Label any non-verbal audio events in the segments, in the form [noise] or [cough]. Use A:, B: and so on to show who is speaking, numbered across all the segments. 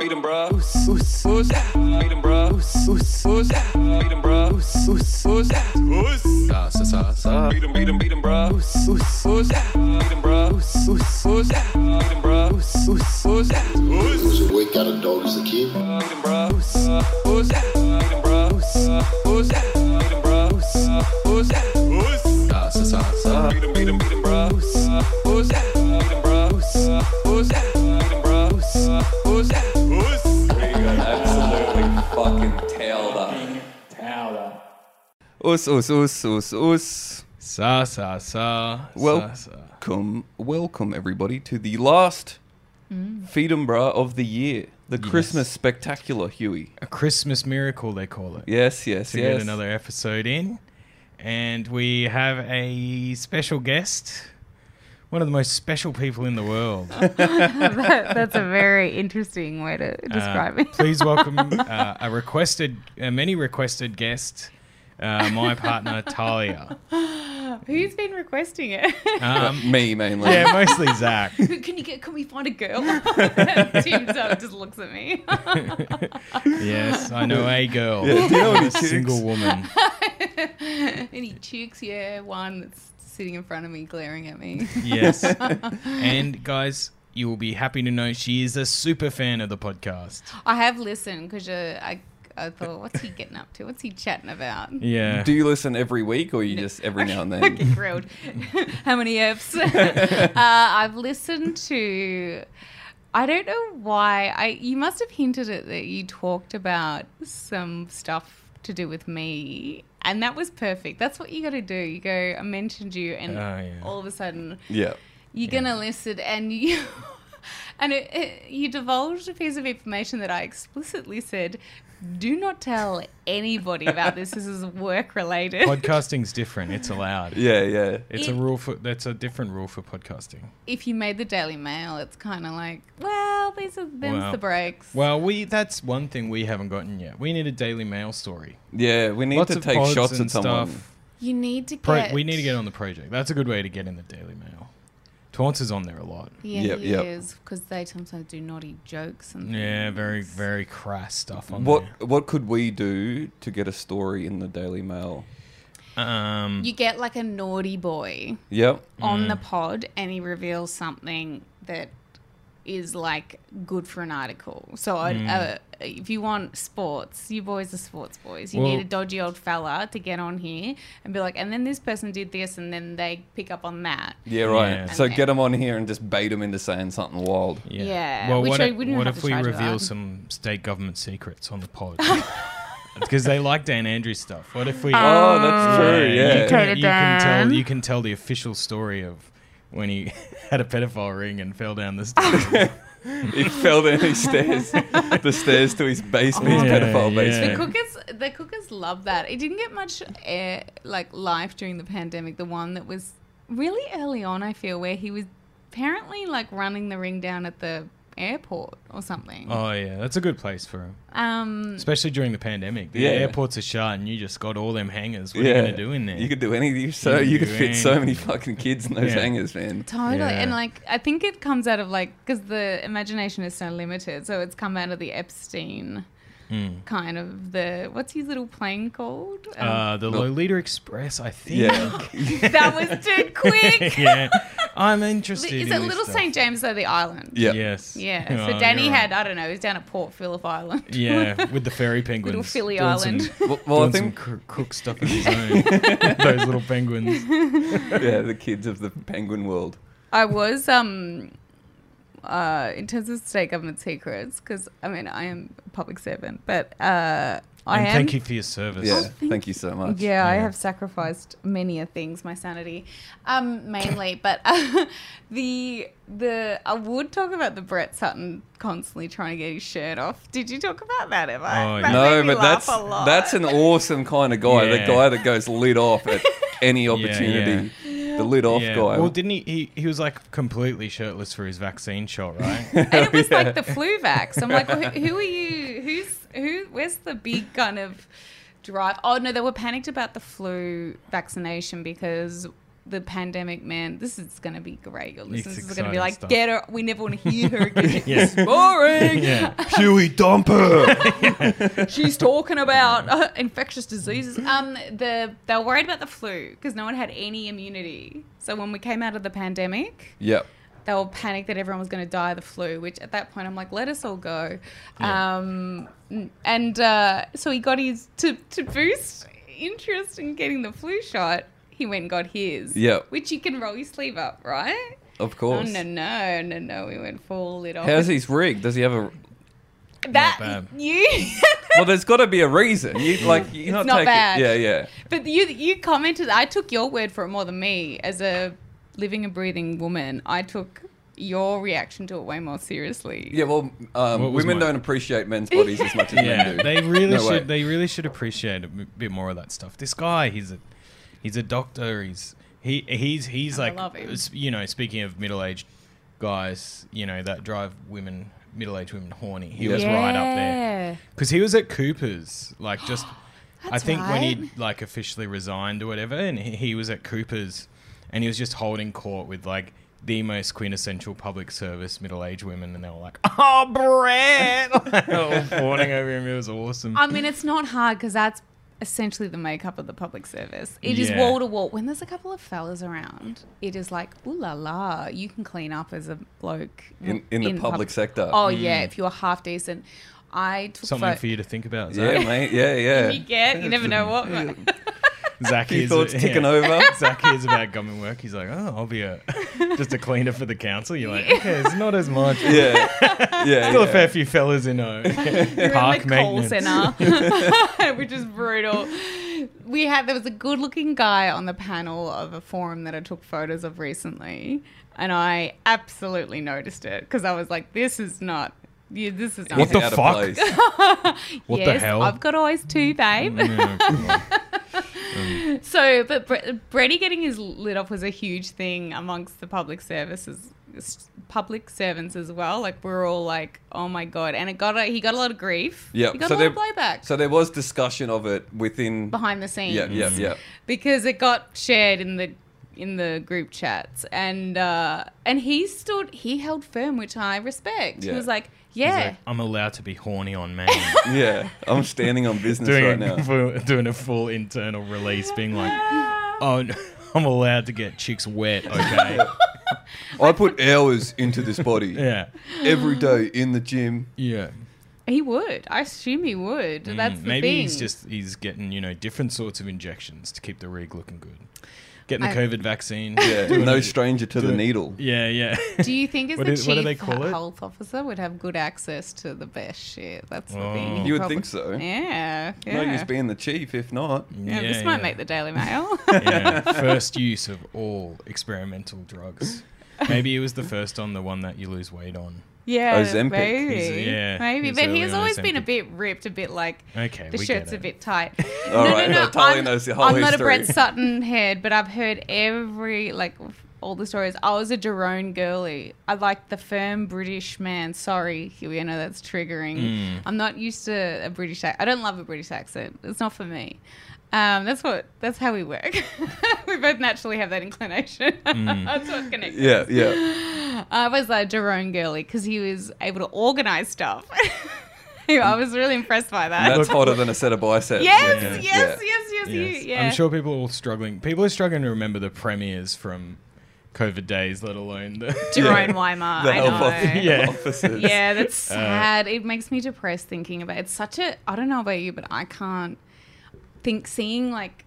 A: Beat him, bruh. Beat him, bruh. Beat him, bruh.
B: Sa, sa, sa, sa.
A: Beat him, beat him, beat him, bruh. Beat him, bruh. Beat him, bruh.
C: Você foi cara dogs aqui.
A: Beat him, bruh. Beat him, bruh. Beat him, bruh.
B: Sa, sa, sa, sa.
A: Beat him, beat him, beat him, bruh. Beat him, bruh. Beat him, bruh. We got absolutely fucking tailed up.
D: Us, us, us, us, us.
E: Sa sa sa.
D: Well-
E: sa, sa.
D: Come, welcome everybody to the last Feed 'em Bra of the year, the Christmas spectacular, Huey.
E: a Christmas miracle they call it.
D: Yes, yes,
E: to
D: yes.
E: get another episode in, and we have a special guest, one of the most special people in the
D: [laughs]
E: world.
F: that, that's a very interesting way to describe
E: Uh,
F: it.
E: please
D: [laughs]
E: welcome uh, a requested, a many requested guest, uh, my partner Talia.
F: [laughs] Who's been requesting it?
D: [laughs]
E: Um,
D: Me mainly.
E: yeah, mostly Zach.
F: Who- Can you get? Can we find a girl? [laughs] Tim's up, just looks at
E: [laughs]
F: me.
E: Yes, I know a girl.
D: Yeah, do you know
E: Not
D: any
E: a single
D: chicks?
E: woman.
F: Any chicks? Yeah, one that's sitting in front of me, glaring at me.
D: [laughs]
E: Yes, and guys. You will be happy to know she is a super fan of the podcast.
F: I have listened because I, I thought, what's he getting up to? What's he chatting about?
E: Yeah.
D: Do you listen every week or you just every now and then?
F: Get grilled. [laughs] How many F's? [laughs] uh, I've listened to. I don't know why. I you must have hinted at that you talked about some stuff to do with me, and that was perfect. That's what you got to do. You go. I mentioned you, and
E: Oh, yeah.
F: all of a sudden
D: yeah.
F: you're gonna listen, and [laughs] you. And it, it, you divulged a piece of information that I explicitly said, do not tell anybody about this. This is work related.
E: Podcasting's different. It's allowed.
D: Yeah, yeah.
E: It's a rule for that's a different rule for podcasting.
F: if you made the Daily Mail, it's kind of like, well, these are them's
E: Wow.
F: the breaks.
E: Well, we that's one thing we haven't gotten yet. We need a Daily Mail story.
D: Yeah, we need to take
E: pods
D: shots
E: and
D: at someone.
F: you need to get.
E: Pro- We need to get on the project. That's a good way to get in the Daily Mail. Taunts is on there a lot.
F: Yeah,
D: Yep,
F: he
D: yep.
F: is because they sometimes do naughty jokes and.
E: Yeah, very very crass stuff on
D: What what could we do to get a story in the Daily Mail?
E: there. Um,
F: You get like a naughty boy
D: Yep.
E: Mm.
F: on the pod, and he reveals something that is like good for an article. So, I'd
E: Mm.
F: uh, if you want sports, you boys are sports boys. You
E: Well-
F: need a dodgy old fella to get on here and be like, and then this person did this, and then they pick up on that.
D: Yeah, right.
E: Yeah.
D: So get them on here and just bait them into saying something wild.
E: yeah.
F: yeah,
E: Well,
F: which
E: what,
F: I
E: if,
F: wouldn't
E: what
F: have
E: if
F: to
E: we
F: charge you
E: reveal
F: that.
E: some state government secrets on the
F: [laughs]
E: pod? Because they like Dan Andrews stuff. What if we?
D: Oh, that's true. Yeah.
E: you can,
F: Potato
E: you can
F: Dan.
E: tell you can tell the official story of when he [laughs] had a pedophile ring and fell down the
F: [laughs]
E: stairs.
D: he fell down his stairs,
E: [laughs]
D: the stairs to his basement, his
E: Yeah,
D: pedophile
E: yeah.
D: basement.
F: The cookers, the cookers love that. It didn't get much air, like life during the pandemic. The one that was really early on, I feel, where he was apparently like running the ring down at the airport or something.
E: Oh yeah, that's a good place for him,
F: Um,
E: especially during the pandemic. The
D: Yeah.
E: airports are shut, and you just got all them hangers. What are you gonna do in there?
D: You could do anything. So
E: You
D: you
E: can
D: could
E: do
D: fit so many
E: anything.
D: fucking kids in those
E: Yeah.
D: hangers, man.
F: totally,
E: Yeah.
F: and like I think it comes out of like because the imagination is so limited, so it's come out of the Epstein.
E: Hmm.
F: Kind of the what's his little plane called? Um,
E: uh, the Lolita Express, I think.
D: Yeah.
F: that was too quick.
E: [laughs] Yeah. I'm interested. in
F: Is it
E: this
F: Little
E: stuff.
F: St James though the island?
D: Yeah.
E: Yes.
F: Yeah. So
E: Oh,
F: Danny
E: you're
F: had,
E: right.
F: I don't know, he was down at Port Phillip
E: [laughs]
F: Island.
E: Yeah, with the fairy penguins.
F: Philly
E: doing
F: Island.
E: Some,
D: Well, well I
E: doing
D: think
E: some cr- crook stuff
D: [laughs]
E: of his own. Those little penguins.
D: yeah, the kids of the penguin world.
F: [laughs] I was, um, uh, in terms of state government secrets, because I mean, I am a public servant, but uh, [laughs] I
E: and
F: am.
E: thank you for your service.
D: Yeah, thank you so much.
F: Oh, Yeah, I
E: Yeah.
F: have sacrificed many a things, my sanity, um, mainly. [laughs] but uh, the the I would talk about the Brett Sutton constantly trying to get his shirt off. Did you talk about that ever?
E: Oh,
F: That
E: yeah.
F: made
D: No,
F: me
D: but
F: laugh
D: that's
F: a lot.
D: that's an awesome kind of guy. The
E: Yeah.
D: guy that goes lid off
F: [laughs]
D: at any opportunity. The lid off
E: Yeah.
D: guy.
E: Well, didn't he, he? He was like completely shirtless for his vaccine shot, right?
D: [laughs]
F: and it
E: [laughs]
F: was like the flu vax. I'm like, well, who, who are you? Who's who? Where's the big kind of drive? Oh no, they were panicked about the flu vaccination because the pandemic man this is going to be great your
E: It's
F: listeners are going to be
E: exciting
F: like
E: stuff.
F: get her we never want to hear her again
E: [laughs] Yeah.
F: it's boring [laughs]
E: Yeah.
D: Huey
E: [laughs]
D: Dumper.
F: she's talking about uh, infectious diseases um the they were worried about the flu because no one had any immunity so when we came out of the pandemic
D: yep.
F: they were panicked that everyone was going to die of the flu, which at that point I'm like, let us all go.
E: Yeah.
F: Um, and uh, so he got his, to, to boost interest in getting the flu shot, he went and got his.
D: Yeah.
F: Which you can roll your sleeve up, right?
D: Of
F: Oh,
D: course.
F: no, no, no, no. We went full little.
D: How's his rig? Does he have a?
F: That,
E: bad.
F: you. [laughs]
D: Well, there's got to be a reason. You
E: Mm.
D: like you're
F: It's
D: not,
F: not
D: taking.
F: bad.
D: Yeah, yeah.
F: But you you commented. I took your word for it more than me as a living and breathing woman. I took your reaction to it way more seriously.
D: Yeah, well,
E: What
D: um,
E: was
D: women
E: mine?
D: don't appreciate men's bodies as much as
E: Yeah,
D: men do.
E: they really
D: [laughs] No way.
E: should. They really should appreciate a m- bit more of that stuff. This guy, he's a he's a doctor. He's he he's he's
F: I
E: like
F: love him.
E: s- you know. Speaking of middle aged guys, you know that drive women middle aged women horny. He was right up there
F: Yeah.
E: because he was at Cooper's, like just. I
F: [gasps] That's
E: think when he
F: right.
E: like officially resigned or whatever, and he, he was at Cooper's, and he was just holding court with like the most quintessential public service middle-aged women, and they were like, [laughs] "Oh, Brett!" [laughs] like, all fawning over him. It was awesome.
F: I mean, it's not hard because that's essentially the makeup of the public service. It is
E: Yeah.
F: wall to wall. When there's a couple of fellas around, it is like, ooh la la, you can clean up as a bloke
D: In- in the public
F: pub-
D: sector.
F: Oh, yeah, if you're half decent. I took
E: Something
F: pho-
E: Mm.
F: [laughs]
E: for you to think about.
D: Yeah,
E: Zach.
D: mate. Yeah, yeah.
F: You get, you never know what.
E: [laughs] Zach
D: Few
E: is
D: thoughts
E: yeah.
D: ticking over.
E: Zach hears about government work. He's like, "Oh, I'll be a [laughs] just a cleaner for the council." You're like, "Okay, it's not as much."
D: Yeah, yeah.
E: Still a
D: yeah.
E: fair few fellas in a
F: [laughs] You're
E: Park
F: in the call
E: maintenance. [laughs]
F: center, [laughs] which is brutal. We had there was a good looking guy on the panel of a forum that I took photos of recently, and I absolutely noticed it because I was like, "This is not, yeah, this is not."
E: What
D: He's
E: the
D: out of
E: fuck?
D: place.
E: What the
F: yes,
E: hell? Mm.
F: I've got eyes too, babe. So, but Bre- Brady getting his lid off was a huge thing amongst the public services, s- public servants as well. Like we're all like, oh my god, and it got a, he got a lot of grief.
D: Yeah.
F: he got
D: so
F: a lot
D: there,
F: of blowback
D: So there was discussion of it within.
F: behind the scenes.
D: Yeah,
E: Mm.
D: yeah, yeah.
F: Because it got shared in the in the group chats, and uh, and he stood, he held firm, which I respect. He
D: Yeah.
F: was like,
E: He's
F: yeah.
E: like, I'm allowed to be horny on
F: [laughs]
E: man.
D: Yeah, I'm standing on business right
E: doing,
D: now.
E: [laughs] a full, doing a full internal release, being like, oh, [laughs] no, I'm allowed to get chicks
F: [laughs]
E: wet, okay?
D: I put hours into this body
E: yeah.
D: every day in the gym.
E: Yeah.
F: He would. I assume he would. That's
E: Mm,
F: the
E: Maybe
F: thing.
E: he's just, he's getting, you know, different sorts of injections to keep the rig looking good. Getting the
F: I-
E: COVID vaccine.
D: Yeah,
E: doing
D: no
E: it-
D: stranger to the
E: doing-
D: needle.
E: Yeah, yeah. [laughs]
F: Do you think as
E: What
F: the
E: is-
F: chief
E: what do they call it?
F: health officer would have good access to the best shit? That's the thing.
E: Oh.
F: He
D: You would
F: probably-
D: think so.
F: Yeah.
D: No
F: Yeah.
D: use being the chief if not.
F: yeah, this
E: Yeah,
F: might
E: yeah.
F: make the Daily Mail. [laughs]
E: yeah, first use of all experimental
F: [laughs]
E: drugs. Maybe it was the first on the one that you lose weight on.
F: yeah,
D: Ozempic.
F: maybe,
E: He's- yeah,
F: maybe.
E: he's
F: But
E: early
F: he's
E: on
F: always been a
E: Ozempic.
F: bit ripped, a bit like
E: Okay,
F: the
E: we
F: shirt's
E: get
F: a
E: it. [laughs]
F: bit tight.
D: All right, I totally
F: I'm,
D: knows the whole
F: I'm not a
D: history.
F: Brett Sutton head, but I've heard every like all the stories. I was a Jerome girly. I like the firm British man. Sorry, Huey, I know that's triggering.
E: Hmm.
F: I'm not used to a British accent. I don't love a British accent. It's not for me. Um, that's what. That's how we work. [laughs] we both naturally have that inclination. [laughs]
E: Hmm.
F: that's what connects. us.
D: Yeah, yeah.
F: I was like Jerome Gurley because he was able to organize stuff. [laughs] I was really impressed by
E: [laughs]
F: that.
D: That's hotter than a set of biceps.
F: yes,
E: Yeah.
F: yes,
D: Yeah.
F: yes, yes,
E: Yes.
F: you- yeah.
E: I'm sure people are all struggling. People are struggling to remember the premieres from COVID days, let alone the.
F: Jerome
E: [laughs]
F: Weimar.
D: The
F: I
D: health
F: know.
D: officer.
E: Yeah.
D: officers.
F: Yeah, that's
E: Uh,
F: sad. it makes me depressed thinking about it. It's such a I don't know about you, but I can't think seeing like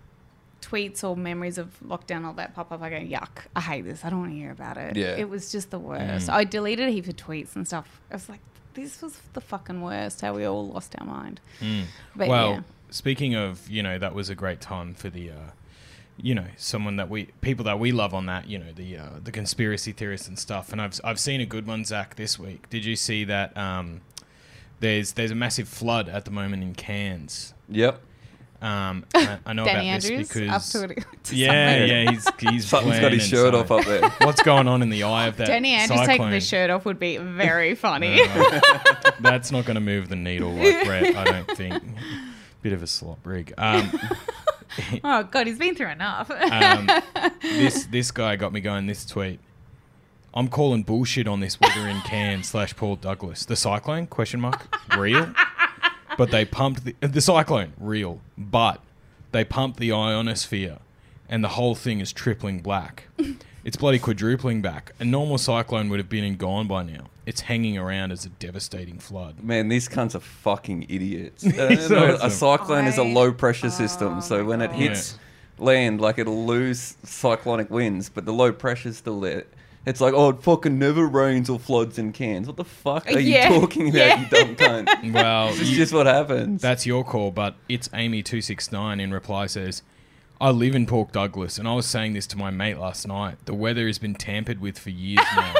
F: tweets or memories of lockdown all that pop up, I go, yuck, I hate this. I don't want to hear about it.
D: Yeah.
F: It was just the
E: Mm.
F: worst. I deleted a heap of tweets and stuff. I was like, this was the fucking worst, how we all lost our mind. But
E: Mm. [laughs] well,
F: yeah.
E: speaking of, you know, that was a great time for the. Uh, you know, someone that we people that we love on that, you know, the uh, the conspiracy theorists and stuff. And I've I've seen a good one, Zach, this week. Did you see that? Um, there's there's a massive flood at the moment in Cairns.
D: Yep.
F: [laughs]
E: Um, I, I know about
F: Danny
E: this
F: Andrews
E: because
F: up to it. to [laughs]
E: yeah,
F: something.
E: yeah, he's he's
D: Sutton's got his
E: planning
D: shirt off
E: something.
D: up there.
E: What's going on in the eye of that?
F: Danny Andrews
E: cyclone?
F: taking his shirt off would
E: [laughs]
F: be very funny.
E: That's not going to move the needle like Brett, I don't think. Bit of a slop rig. Um,
F: oh God, he's been through enough. [laughs]
E: Um, this this guy got me going. This tweet. I'm calling bullshit on this weather in can slash Paul Douglas. The cyclone question mark real, but they pumped the, the cyclone real, but they pumped the ionosphere, and the whole thing is tripling black. It's bloody quadrupling back. A normal cyclone would have been and gone by now. It's hanging around as a devastating flood.
D: Man, these cunts are fucking
E: [laughs]
D: idiots. Uh,
E: So
D: no, a
E: awesome.
D: cyclone is a
F: I-
D: low pressure
F: oh
D: system, so
F: my
D: when it
F: God.
D: hits land, like it'll lose cyclonic winds, but the low pressure's still there. It's like, oh, it fucking never rains or floods in Cairns. What the fuck are
F: Yeah.
D: you talking about,
F: Yeah.
D: you dumb
F: [laughs]
D: cunt? [laughs]
E: Well,
D: this is
E: you-
D: just what happens.
E: That's your call, but it's Amy269 in reply says, I live in Port Douglas, and I was saying this to my mate last night. The weather has been tampered with for years
D: [laughs]
E: now.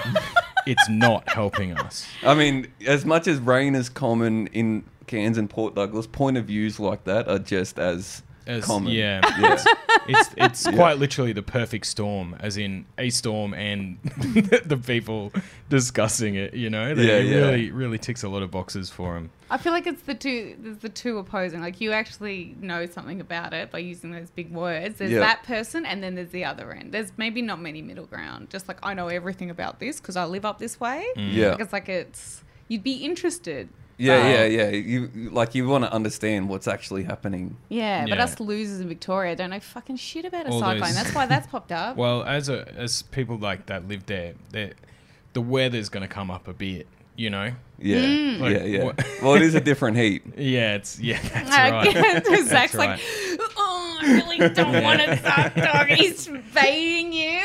E: it's not helping us.
D: I mean, as much as rain is common in Cairns and Port Douglas, point of views like that are just as,
E: As-
D: common.
E: yeah.
D: yeah.
E: It's it's quite literally the perfect storm, as in a storm and [laughs] the people discussing it. You know, They-
D: Yeah,
E: it
D: yeah.
E: really really ticks a lot of boxes for him.
F: I feel like it's the two there's the two opposing. Like you actually know something about it by using those big words. There's
D: Yeah.
F: that person and then there's the other end. There's maybe not many middle ground. Just like I know everything about this because I live up this way.
E: [laughs] Mm.
D: Yeah.
F: Like it's like it's you'd be interested.
D: Yeah,
F: but-
D: yeah, yeah. You like you want to understand what's actually happening.
F: Yeah, but
E: Yeah.
F: us losers in Victoria don't know fucking shit about a
E: All
F: cyclone.
E: those-
F: That's why that's popped up.
E: [laughs]
F: [laughs]
E: Well, as a, as people like that live there, they're- the weather's going to come up a bit. You know,
D: Yeah,
F: Mm.
E: Like,
D: yeah, yeah.
E: what-
D: [laughs] well, it is a different heat.
E: Yeah, it's [laughs] yeah, that's
F: I [laughs]
E: right. [laughs]
F: guess Zach's
E: That's
F: like, oh, I really don't want
E: [laughs]
F: to stop dog. He's baiting you.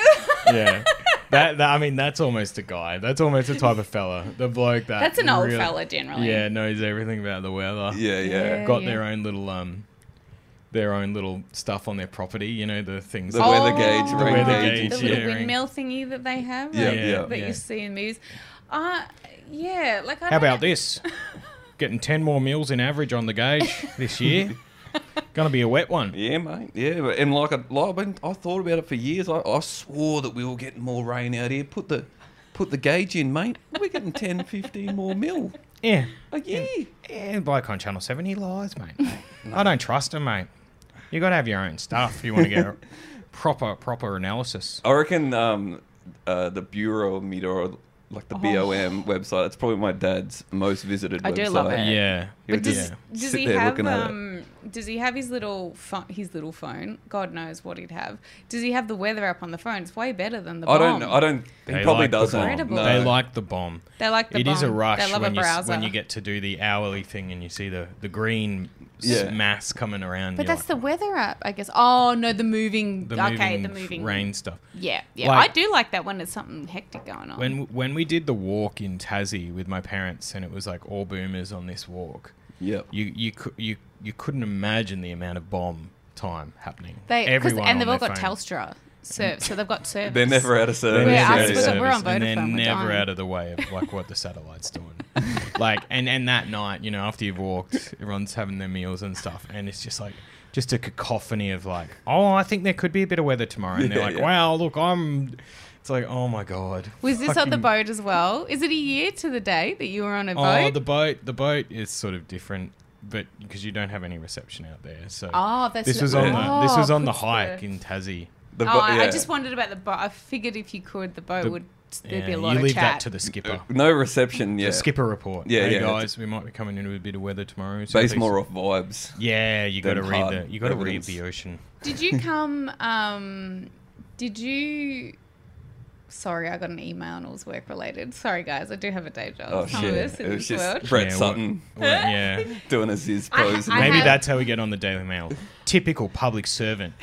E: yeah. That, that I mean, that's almost a guy. That's almost a type of fella. The bloke that
F: That's an old
E: really-
F: fella generally.
E: Yeah, knows everything about the weather.
D: Yeah, yeah.
F: Yeah.
E: got their own little um, their own little stuff on their property. You know the things.
D: The weather gauge,
F: the
D: rain
E: Oh,
D: gauge,
E: weather gauge,
F: the
D: and
F: little
D: shit.
E: yeah.
F: windmill thingy that they have,
D: Yeah,
F: like,
D: yeah.
F: that
E: Yeah.
F: you see in movies. Uh, yeah, like I
E: How
F: don't
E: about
F: know.
E: this? Getting ten more meals in average on the gauge
D: [laughs]
E: this year. Gonna be a wet one.
D: Yeah, mate. Yeah, but- and like, I, like I've been, I thought about it for years. I, I swore that we were getting more rain out here. Put the put the gauge in, mate. We're [laughs] getting 10, 15 more mil
E: Yeah.
D: a year.
E: Yeah, the bloke on Channel 7, he lies, mate.
F: [laughs]
E: I don't trust him, mate. You got to have your own stuff if you want to
F: [laughs]
E: get a proper, proper analysis.
D: I reckon um, uh, the Bureau of Meteor, like the BOM website, it's probably my dad's most visited
F: Oh. I
D: website.
F: do love it.
E: Yeah.
D: He'll
F: But does,
D: just
F: does
D: sit
F: he
D: there
F: have
D: looking at it.
F: um? Does he have his little phone? His little phone. God knows what he'd have. Does he have the weather app on the phone? It's way better than the.
D: I
F: Bomb.
D: don't. I don't. He
E: They
D: probably
E: like the
D: doesn't.
E: bomb.
F: Incredible.
E: They
D: No.
E: like the bomb.
F: They like the.
E: It is a
F: bomb.
E: rush
F: They love
E: when
F: a
E: you, s-
F: browser.
E: when you get to do the hourly thing and you see the, the green s-
D: Yeah.
E: mass coming around.
F: But
E: you're
F: that's the
E: like,
F: weather app, I guess. Oh no, the moving. okay, the
E: f-
F: moving
E: rain stuff.
F: Yeah, yeah.
E: Like-
F: I do like that when there's something hectic going on.
E: When when we did the walk in Tassie with my parents and it was like all boomers on this walk,
D: Yep.
E: you you cou- you you couldn't imagine the amount of bomb time happening.
F: they 'cause-
E: Everyone
F: and they've
E: on
F: all
E: their
F: got
E: phone.
F: Telstra, so so they've got
D: [laughs]
F: service.
D: They're never out of service.
F: never
D: Yeah,
F: out
D: yeah,
F: of service.
D: yeah.
F: we're on
E: and they're
F: Vodafone, we're
E: never
F: dying.
E: out of the way of like what the satellite's doing. [laughs] like and and that night, you know, after you've walked, everyone's having their meals and stuff, and it's just like just a cacophony of like, oh, I think there could be a bit of weather tomorrow, and they're
D: Yeah,
E: like,
D: yeah.
E: wow, look, I'm. It's like, oh my god.
F: Was this on the
E: Fucking-
F: boat as well? Is it a year to the day that you were on a
E: Oh,
F: boat?
E: the boat. The boat is sort of different, but because you don't have any reception out there, so.
F: Oh, that's
E: This
F: the-
E: was on the this
F: Oh,
E: was on the
F: puts
E: hike in Tassie.
D: The
F: oh,
D: bo-
F: I, I
D: yeah.
F: just wondered about the boat. I figured if you could, the boat
E: The-
F: would there'd
E: Yeah,
F: be a
E: you
F: lot of
E: leave
F: chat.
E: that to the skipper.
D: No reception. Yeah.
E: The skipper report.
D: Yeah,
E: hey
D: yeah, that's-
E: guys, we might be coming into a bit of weather tomorrow. so
D: Based
E: please-
D: more off vibes.
E: Yeah, you got
D: than
E: to read
D: hard
E: the you got to read
D: evidence.
E: the
D: [laughs]
E: ocean.
F: Did
E: [laughs]
F: you come? Um, did you? Sorry, I got an email and it was work related. Sorry, guys, I do have a day job.
D: Oh
F: Some of
D: shit!
F: us in
D: It was
F: this
D: just
F: world.
D: Brett
E: Yeah, what-
D: Sutton
E: Well, yeah.
D: doing his his
F: I-
D: pose.
F: I
E: Maybe
F: have-
E: that's how we get on the Daily Mail. Typical public servant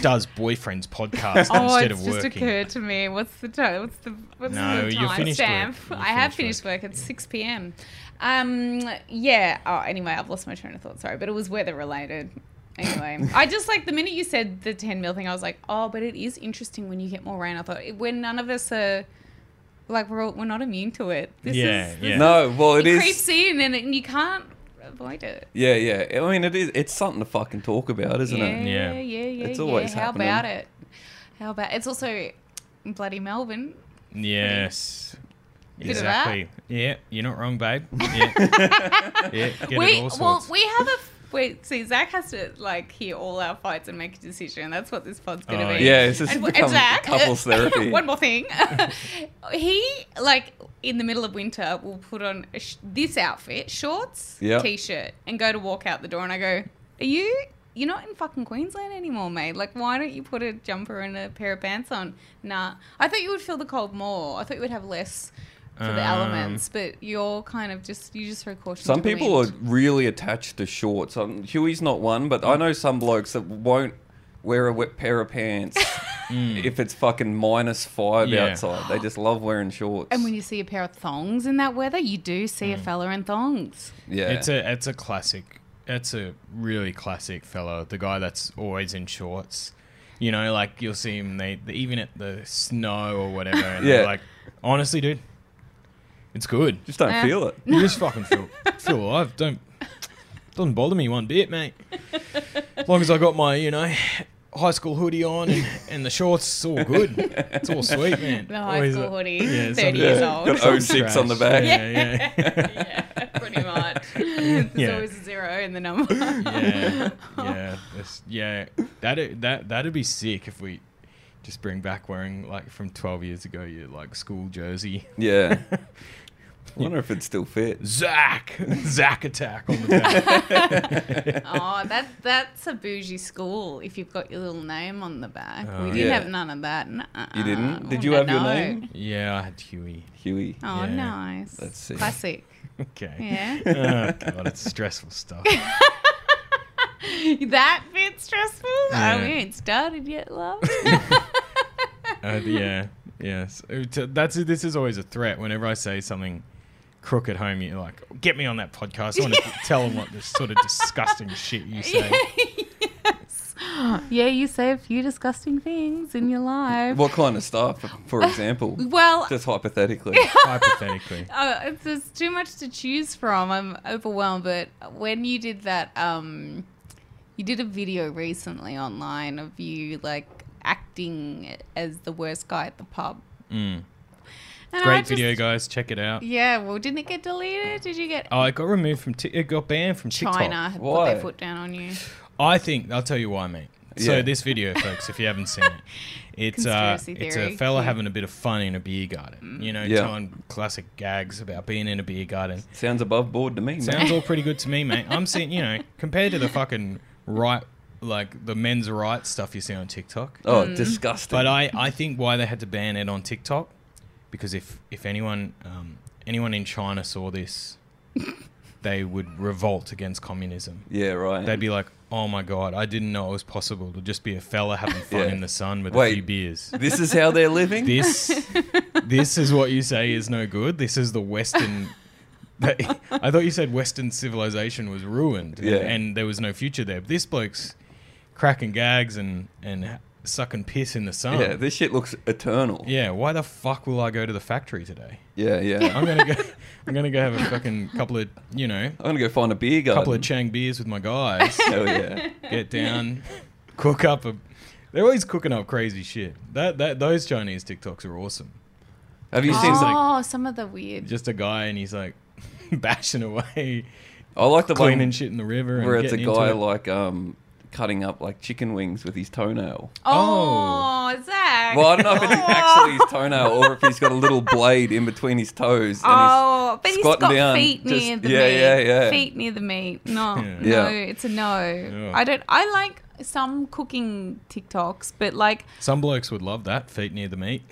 E: does boyfriend's podcast
F: [laughs]
E: [laughs]
F: Oh,
E: instead
F: it's
E: of
F: just
E: working.
F: occurred to me. What's the time? What's the what's
E: No,
F: the
E: you're
F: time
E: finished work.
F: stamp?
E: You're
F: I have
E: finished
F: finished work. It's six p.m. Um, yeah. Oh, anyway, I've lost my train of thought. Sorry, but it was weather related.
E: [laughs]
F: Anyway, I just like the minute you said the ten mil thing, I was like, oh, but it is interesting when you get more rain. I thought when none of us are like we're all, we're not immune to it. This
E: Yeah,
F: is,
E: yeah.
D: No, well
F: It
D: it is.
F: creeps in and, it, and you can't avoid it.
D: Yeah, yeah. I mean, it is. It's something to fucking talk about, isn't
F: yeah,
D: it?
E: Yeah.
F: Yeah, yeah, yeah.
D: It's always
F: How
D: happening.
F: about it? How about it's also bloody Melbourne.
E: Yes.
F: of that. [laughs]
E: Exactly. Yeah, you're not wrong, babe. Yeah. yeah get it
F: we
E: all
F: well
E: sorts.
F: we have a Wait, see, Zach has to like hear all our fights and make a decision. That's what this pod's gonna
E: Oh,
F: be.
D: Yeah, it's just
F: And- and
D: become
F: Zach- [laughs]
D: couples therapy.
F: one more thing. [laughs] he like in the middle of winter will put on a sh- this outfit, shorts,
D: Yep.
F: t-shirt, and go to walk out the door. And I go, "Are you? You're not in fucking Queensland anymore, mate. Like, why don't you put a jumper and a pair of pants on? Nah, I thought you would feel the cold more. I thought you would have less." For the
E: Um,
F: elements, but you're kind of just you just throw caution.
D: Some
F: to the
D: people
F: wind.
D: are really attached to shorts. Um, Huey's not one, but
E: Mm.
D: I know some blokes that won't wear a wet pair of
F: [laughs]
D: pants if it's fucking minus five
E: Mm. Yeah.
D: outside. They just love wearing shorts.
F: And when you see a pair of thongs in that weather, you do see
D: Mm.
F: a fella in thongs.
D: yeah,
E: It's a it's a classic. It's a really classic fella. The guy that's always in shorts. You know, like you'll see him they, they- even at the snow or whatever. And
D: Yeah.
E: they're Like honestly, dude, it's good.
D: just don't
F: Uh,
D: feel it.
E: [laughs] You just fucking feel feel alive. Don't doesn't bother me one bit, mate. As long as I got my you know high school hoodie on and, and the shorts, it's all good. It's all sweet, man. Oh,
F: The high
E: Always
F: school
E: a-
F: hoodie,
E: Yeah,
F: 30
E: some-
F: years
E: yeah.
F: old. [laughs]
D: Got 06 on the back.
E: Yeah, yeah.
F: yeah,
D: [laughs]
F: pretty much. There's
E: Yeah.
F: always a zero in the number. [laughs]
E: yeah, yeah, that's- yeah. That that that'd be sick if we just bring back wearing like from twelve years ago your like school jersey.
D: Yeah.
E: [laughs]
D: I wonder if it still fits.
E: Zach, Zach attack on the
F: [laughs]
E: back.
F: oh, that that's a bougie school if you've got your little name on the back.
E: Oh.
F: we didn't
D: Yeah.
F: have none of that. nuh-uh.
D: You didn't? Did
F: Oh,
D: you have your
F: no.
D: name?
E: yeah, I had Huey.
D: Huey.
F: Oh,
E: Yeah.
F: nice.
D: Let's see.
F: Classic.
E: Okay.
D: [laughs]
F: Yeah. [laughs]
E: Oh [laughs] god, it's stressful stuff.
F: that bit stressful?
E: Yeah.
F: Oh, we ain't started yet, love.
D: [laughs]
F: [laughs]
E: Uh, yeah, yes. It- That's this is always a threat. Whenever I say something crooked home, you're like, get me on that podcast. I
F: [laughs]
E: want to [laughs] tell them what this sort of disgusting shit you say.
F: yes. [gasps] Yeah, you say a few disgusting things in your life.
D: What kind of stuff,
F: [laughs]
D: for example?
F: Well,
D: Just
F: [laughs]
D: hypothetically.
E: Hypothetically.
F: uh, it's- there's too much to choose from. I'm overwhelmed. But when you did that, um, you did a video recently online of you like acting as the worst guy at the pub.
E: Mm.
F: And I
E: Great
F: just-
E: video, guys. Check it out.
F: Yeah. Well, didn't it get deleted? Did you get
E: Oh, it got removed from. Tik it got banned from TikTok.
F: China had put
D: Why?
F: their foot down on you?
E: I think I'll tell you why, mate. So
D: Yeah.
E: this video, folks, if you haven't seen
F: [laughs]
E: it, it's uh,
F: Conspiracy
E: it's
F: theory. Mm.
E: a fella
F: Cute.
E: having a bit of fun in a beer garden. You know,
D: Yeah.
E: telling classic gags about being in a beer
F: [laughs]
E: garden.
D: Sounds above board to me, mate.
E: Sounds all pretty good to me, mate. I'm seeing, you know, compared to the fucking right, like the men's rights stuff you see on TikTok.
D: Oh,
F: Hmm.
D: disgusting.
E: But I, I think why they had to ban it on TikTok, because if if anyone um, anyone in China saw
F: [laughs]
E: this, they would revolt against communism.
D: yeah, right.
E: They'd be like, "Oh my god, I didn't know it was possible to just be a fella having fun
D: Yeah.
E: in the sun with
D: Wait.
E: a few beers."
D: this is how they're living?
E: This, this is what you say is no good. This is the Western. I thought you said Western civilization was ruined,
D: Yeah.
E: and there was no future there. But this bloke's cracking gags and and sucking piss in the sun.
D: yeah, this shit looks eternal.
E: Yeah, why the fuck will I go to the factory today?
D: Yeah, yeah.
E: I'm gonna go. [laughs] I'm gonna go have a fucking couple of you know,
D: I'm gonna go find a beer garden.
E: couple of Chang beers with my guys.
D: Hell [laughs] yeah.
F: [laughs]
E: Get down, cook up a. They're always cooking up crazy shit. That that those Chinese TikToks are awesome.
D: Have you
E: It
D: seen?
E: seems like-
F: oh, some of the weird.
E: Just a guy and he's like [laughs] bashing away,
D: I like the
E: cleaning
D: one
E: shit in the river.
D: where
E: and
D: it's a
E: getting
D: guy
E: into it.
D: like um cutting up like chicken wings with his toenail.
F: [laughs] Oh, Zach. Oh.
D: Well, I don't know if it's actually
F: [laughs]
D: his toenail or if he's got a little blade in between his toes. And
F: Oh, but he's got
D: squatting down,
F: feet
D: just-
F: near the
D: yeah,
F: meat.
D: yeah, yeah.
F: Feet near the meat. No,
D: Yeah.
F: no, it's a no.
E: Yeah.
F: I don't. I like some cooking TikToks, but like
E: Some blokes would love that feet near
D: [laughs]
E: the meat.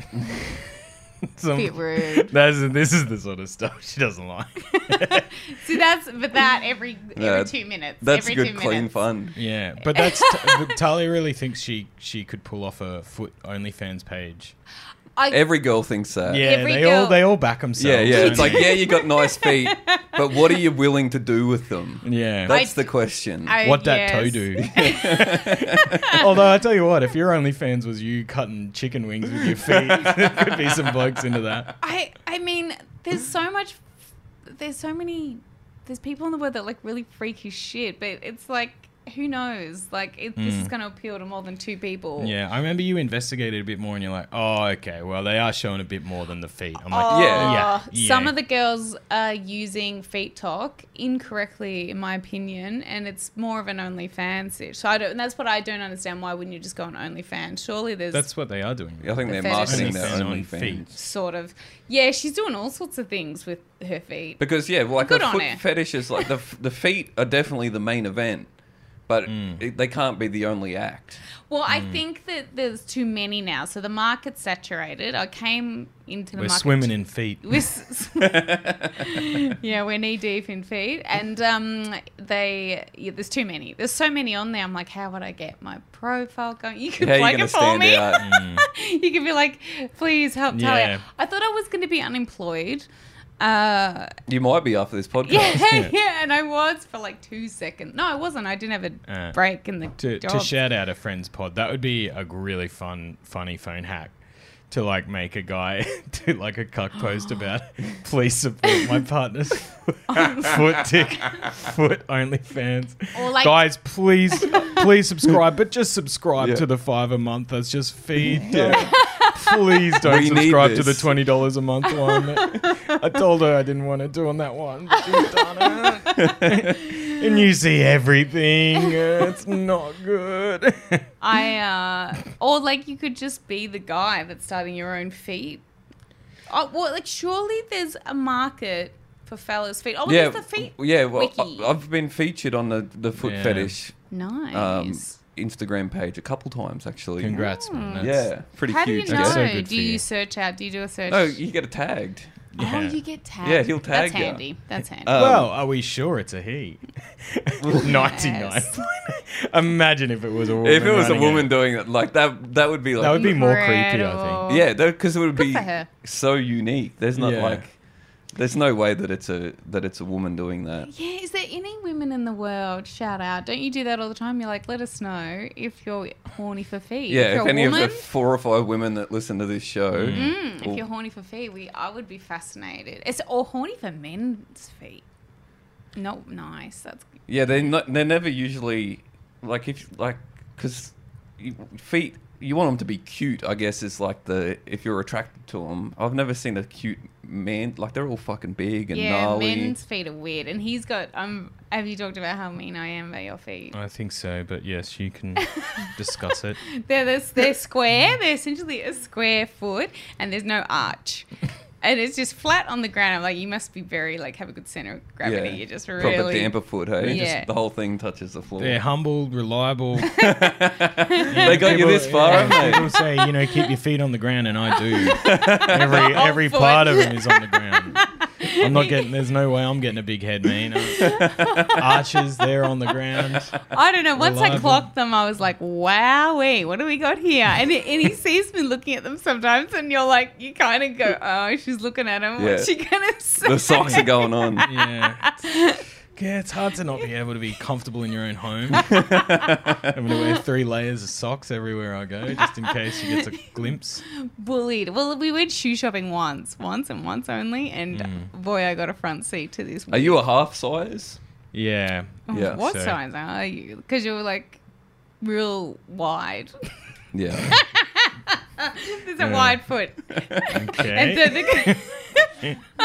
E: Some, [laughs]
F: bit rude.
E: That's this is the sort of stuff she
D: [laughs]
E: doesn't like.
F: [laughs] See, that's but that every every
D: Yeah,
F: two minutes.
D: that's
F: every
D: good,
F: two
D: clean
F: minutes.
D: fun.
E: Yeah, but that's t- Talia really thinks she she could pull off a foot OnlyFans page.
F: I,
D: Every girl thinks that.
E: Yeah,
F: Every
E: they
F: girl-
E: all they all back themselves.
D: yeah, yeah. It's
E: don't
D: like,
E: they?
D: yeah, you
F: [laughs]
D: got nice feet, but what are you willing to do with them?
E: yeah.
D: That's
F: I-
D: the question. [laughs]
F: I- [laughs]
E: what that toe
F: yes.
E: do? Although I tell you what, if your OnlyFans was you cutting chicken wings with your feet, [laughs] there could be some blokes into that.
F: I I mean, there's so much. There's so many. There's people in the world that like really freaky shit, but it's like who knows? Like, it, this
D: Mm.
F: is going to appeal to more than two people.
E: Yeah, I remember you investigated a bit more, and you're like, "Oh, okay. Well, they are showing a bit more than the feet." I'm like,
F: Oh,
D: Yeah,
E: yeah, yeah.
F: Some of the girls are using Feet Talk incorrectly, in my opinion, and it's more of an OnlyFans ish. So I don't. And that's what I don't understand. Why wouldn't you just go on OnlyFans? Surely there's
E: "That's what they are doing."
D: I think
F: The
D: they're marketing
F: fetishes.
D: their
E: Only
D: only
E: feet.
D: fans.
F: sort of. Yeah, she's doing all sorts of things with her feet.
D: Because yeah, well, like
F: Good
D: a
F: on
D: foot
F: her.
D: fetish is like the f- the feet are definitely the main event, but
E: Mm.
D: it, they can't be the only
E: [laughs]
D: act.
F: Well, I
E: Hmm.
F: think that there's too many now, so the market's saturated. I came into the
E: We're
F: market.
E: swimming in feet.
F: [laughs] We're s-
E: [laughs]
F: yeah, we're knee deep in feet, and um, they yeah, there's too many. There's so many on there. I'm like, how would I get my profile going? You could
D: How are you
F: plug
D: going to
F: it for
D: stand
F: me.
D: out?
F: [laughs] you could be like, please help Talia.
E: Yeah.
F: I thought I was going to be unemployed. Uh,
D: You might be after this podcast.
F: yeah, [laughs] yeah,
E: [laughs] Yeah.
F: and I was for like two seconds. No, I wasn't. I didn't have a
E: Uh,
F: break in the
E: to,
F: job.
E: to shout out a friend's pod that would be a really fun funny phone hack to like make a guy [laughs] do like a cuck
F: [gasps]
E: post about please support my partner's [laughs] foot tick foot only fans
F: Or, like-
E: guys please please subscribe but just subscribe
D: Yeah.
E: to the five a month that's just feed please don't
D: We need
E: subscribe to the
D: this.
E: $20 a month one i told her i didn't want to do on that one but she's done it and you see everything. Uh, it's not good.
F: I uh, or like you could just be the guy that's starting your own feet. Oh well, like surely there's a market for fellas' feet. Oh, well,
D: yeah,
F: there's the feet.
D: w- yeah. Well,
F: wiki.
D: I, I've been featured on the the foot
E: Yeah.
D: fetish um,
F: Nice.
D: Instagram page a couple times actually.
E: Congrats, man.
D: Yeah, pretty
F: How do you
D: cute.
F: know?
E: That's so good
F: do
E: for
F: you,
E: you.
F: search out? Do you do a search?
D: No, you get tagged.
F: Oh,
E: Yeah.
F: you get tagged.
D: Yeah, he'll tag
F: That's
D: ya.
F: handy. That's handy.
D: Uh,
E: well, are we sure it's a he? [laughs] 99.
F: Yes.
E: Imagine if it was a woman.
D: if it was a
E: running it.
D: woman doing it, like that, that would be like
E: That would be more creepy, I think.
F: Incredible.
D: Yeah, because it would
F: Good
D: be
F: for her.
D: so unique. There's not
E: Yeah.
D: like, there's no way that it's a that it's a woman doing that.
F: Yeah, is there any women in the world? Shout out. Don't you do that all the time? You're like, let us know if you're horny for feet.
D: Yeah,
F: if you're
D: if
F: a
D: any
F: woman,
D: of the four or five women that listen to this show,
F: Mm, if you're horny for feet, we I would be fascinated. It's or horny for men's feet. Not nice. That's
D: yeah, they're not, they're never usually like if like because feet you want them to be cute. I guess is like the if you're attracted to them. I've never seen a cute man like they're all fucking big and
F: yeah.
D: gnarly.
F: Men's feet are weird, and he's got. Um, have you talked about how mean I am about your feet?
E: I think so, but yes, you can discuss it.
F: They're this, they're square. They're essentially a square foot, and there's no arch. And it's just flat on the ground. I'm like, you must be very like have a good center of gravity. You're just really
D: proper damper foot. Hey,
F: Yeah.
D: just the whole thing touches the floor.
E: They're humble, reliable.
D: [laughs] They got you this far, haven't they?
E: People say, you know, keep your feet on the ground, and
D: [laughs]
E: I do. Every
F: whole
E: every
F: foot.
E: part of him is on the ground. I'm not getting. There's no way I'm getting a big head, man. Uh,
D: [laughs]
E: Arches there on the ground.
F: I don't know. Once I
E: Reliable.
F: clocked them, I was like, wowee, what do we got here? And,
D: [laughs]
F: it, and he sees me looking at them sometimes, and you're like, you kind of go, oh, she's looking at him. What's
D: Yeah.
F: [laughs] she going to say?
D: The socks are going on.
E: Yeah. Yeah, it's hard to not be able to be comfortable in your own home. Having to wear three layers of socks everywhere I go, just in case you get a glimpse.
F: [laughs] Bullied. Well, we went shoe shopping once, once and once only, and boy, I got a front seat to
D: [laughs]
F: this.
D: Hmm. Are you a half size?
E: Yeah.
D: Yeah.
F: What
E: So-
F: size are you? Because you're like real wide. [laughs]
D: Yeah.
F: There's a
E: Yeah.
F: wide
D: [laughs]
F: foot. And so
E: Okay.
F: the, [laughs]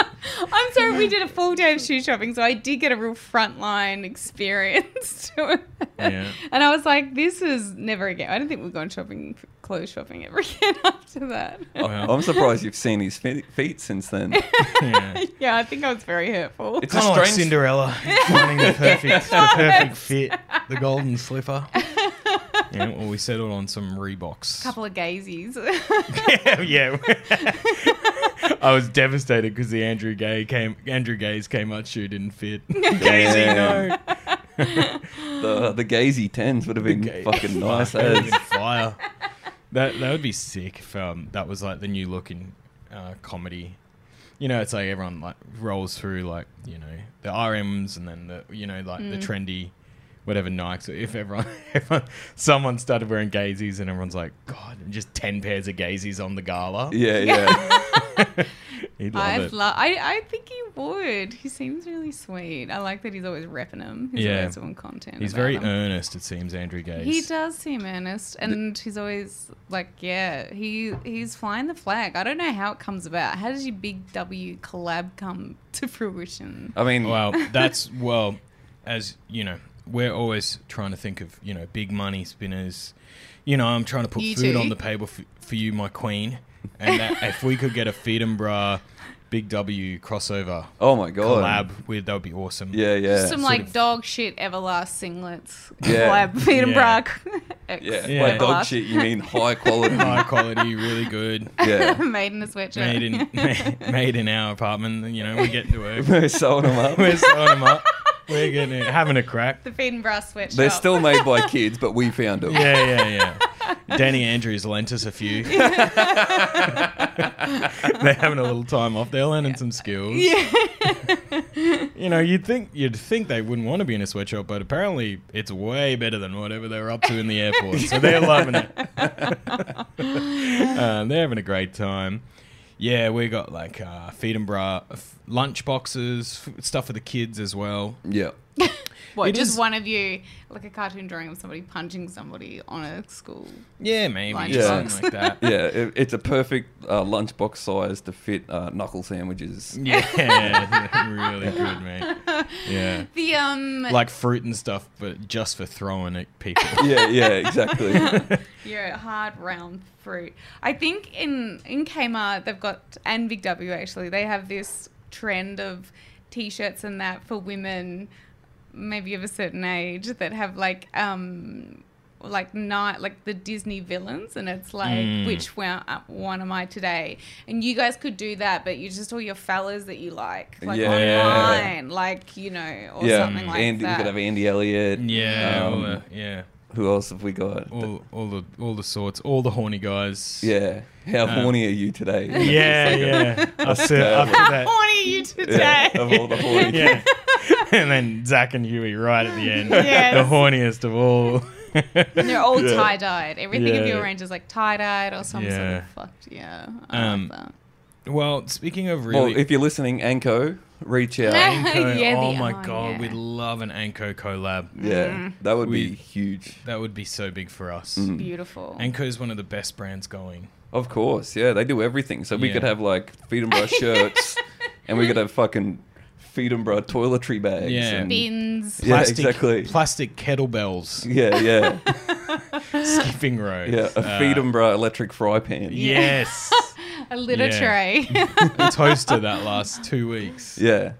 F: I'm sorry, we did a full day of shoe shopping, so I did get a real frontline experience [laughs] to it.
E: Yeah.
F: And I was like, this is never again. I don't think we're going shopping, clothes shopping ever [laughs] again after that.
E: Well,
D: I'm surprised you've seen his fe- feet since then.
E: [laughs] yeah.
F: [laughs] yeah, I think I was very hurtful.
D: It's a
E: Kind of like
D: strange.
E: [laughs] Cinderella finding the perfect, the perfect fit, the golden slipper. Yeah, well, we settled on some Reeboks. [laughs]
F: couple of gazies. [laughs]
E: yeah. [laughs] I was devastated because the Andrew Gay came. Andrew Gay's Kmart shoe didn't fit. Gazy,
D: Damn.
E: no. [laughs]
D: The the gazy tens would have been
E: Gay- [laughs]
D: fucking nice
E: That would've
D: as.
E: been fire. That that would be sick if um, that was like the new look in uh, comedy. You know, it's like everyone like rolls through like you know the RMs and then the you know like
F: Mm.
E: the trendy whatever Nikes. If everyone, [laughs] everyone someone started wearing gazies and everyone's like, God, just ten pairs of gazies on the gala.
F: [laughs]
D: Yeah, yeah.
E: He'd love
F: I'd
E: it.
F: lo- I, I think he would. He seems really sweet. I like that he's always repping him. He's
E: Yeah.
F: always doing content.
E: He's
F: about
E: very
F: him.
E: earnest. It seems Andrew Gaze.
F: He does seem earnest, and he's always like, yeah, he he's flying the flag. I don't know how it comes about. How does your big W collab come to fruition?
D: I mean,
E: Well, that's well, as you know, we're always trying to think of you know big money spinners. You know, I'm trying to put
F: You
E: food
F: too.
E: on the table for, for you, my queen. And
F: [laughs]
E: that, if we could get a feed and bra, big W crossover
D: oh my god,
E: collab, with that would be awesome.
D: Yeah, yeah.
F: Some
E: sort
F: like
E: of-
F: dog shit everlast singlets.
D: Yeah.
F: [laughs] Collab, Pete and
E: Yeah.
F: Brock. [laughs] Ex-
D: yeah.
E: Yeah.
D: Like dog
F: Everlast.
D: shit, you mean high quality?
E: [laughs] high quality, really
F: [laughs]
E: good,
D: yeah.
F: Made in a sweatshirt.
E: made
F: [laughs]
E: in [laughs] made in our apartment. You know, we get to
D: [laughs] [laughs]
E: work. [laughs]
D: We're selling them up.
E: We're sewing them up. We're getting having a crack.
F: the Feed and Bra sweatshirt. [laughs]
D: They're still made by kids, but we found them.
E: Yeah, yeah, yeah. Danny Andrews lent us a
F: [laughs]
E: few. They're having a little time off. They're learning some skills. [laughs]
F: Yeah.
E: You know, you'd think you'd think they wouldn't want to be in a sweatshop, but apparently it's way better than whatever they were up to in the airport. So
F: [laughs]
E: they're loving it. uh, they're having a great time. Yeah, we got like uh, feed and bra, f- lunch boxes, f- stuff for the kids as well.
D: Yeah.
F: What,
E: It
F: just
E: is-
F: one of you, like a cartoon drawing of somebody punching somebody on a school.
E: Yeah, maybe
F: Lunch
E: something
D: box.
E: like that.
F: [laughs]
D: Yeah, it, it's a perfect uh, lunchbox size to fit uh, knuckle sandwiches.
E: [laughs] Yeah, really good, mate. Yeah.
F: The um,
E: [laughs] Like fruit and stuff, but just for throwing at people.
D: [laughs] Yeah, [laughs] yeah, exactly.
F: Yeah, hard round fruit. I think in in Kmart they've got and Big W actually they have this trend of t-shirts and that for women, maybe of a certain age that have like um like night like the Disney villains and it's like
E: Mm.
F: which one, uh, one am I today? And you guys could do that, but you just all your fellas that you like like
D: Yeah.
F: online, like you know or
D: yeah,
F: something like
D: Andy, we
F: that.
D: could
F: [laughs]
D: have Andy Elliott.
E: [laughs] Yeah, all
D: Um,
E: the, yeah,
D: Who else have we got?
E: all, all the all the sorts, all the horny guys. [laughs]
D: Yeah. How horny are you today?
E: uh, yeah, yeah. I said [laughs] after
F: How
E: that,
F: horny are you today?
D: [laughs] Yeah, Of all the horny.
E: yeah. And then Zach and Huey right at the end,
F: Yes.
E: the horniest of all. [laughs]
F: And they're all tie dyed. Everything in
E: Yeah.
F: your range is like tie dyed or some sort
E: Yeah.
F: of fucked. Yeah. I
E: Um,
F: like that.
E: well, speaking of
D: [laughs]
E: really,
D: Well, if you're listening, Anko, reach out.
E: [laughs]
F: Yeah.
E: Anko,
F: [laughs] Yeah,
E: oh
F: the-
E: my
F: oh,
E: god,
F: yeah.
E: we'd love an Anko collab.
D: Mm.
F: Mm-hmm.
D: Yeah, that would be
E: We-
D: huge.
E: That would be so big for us.
D: Mm.
F: Beautiful.
E: Anko is one of the best brands going.
D: Of course, yeah, they do everything. So we
E: Yeah.
D: could have like feed and
F: [laughs]
D: brush shirts, and we could have fucking feed and brush toiletry bags.
E: Yeah.
D: and-
F: Bins.
D: Yeah, exactly.
E: Plastic
D: [laughs]
E: kettlebells,
D: yeah,
F: [laughs]
D: yeah,
E: skipping rope.
D: yeah. A
E: uh,
D: feed and brush electric fry pan.
E: Yes.
F: [laughs] A litter
E: Yeah. [laughs]
F: tray. [laughs]
E: I toasted that last two weeks.
D: Yeah,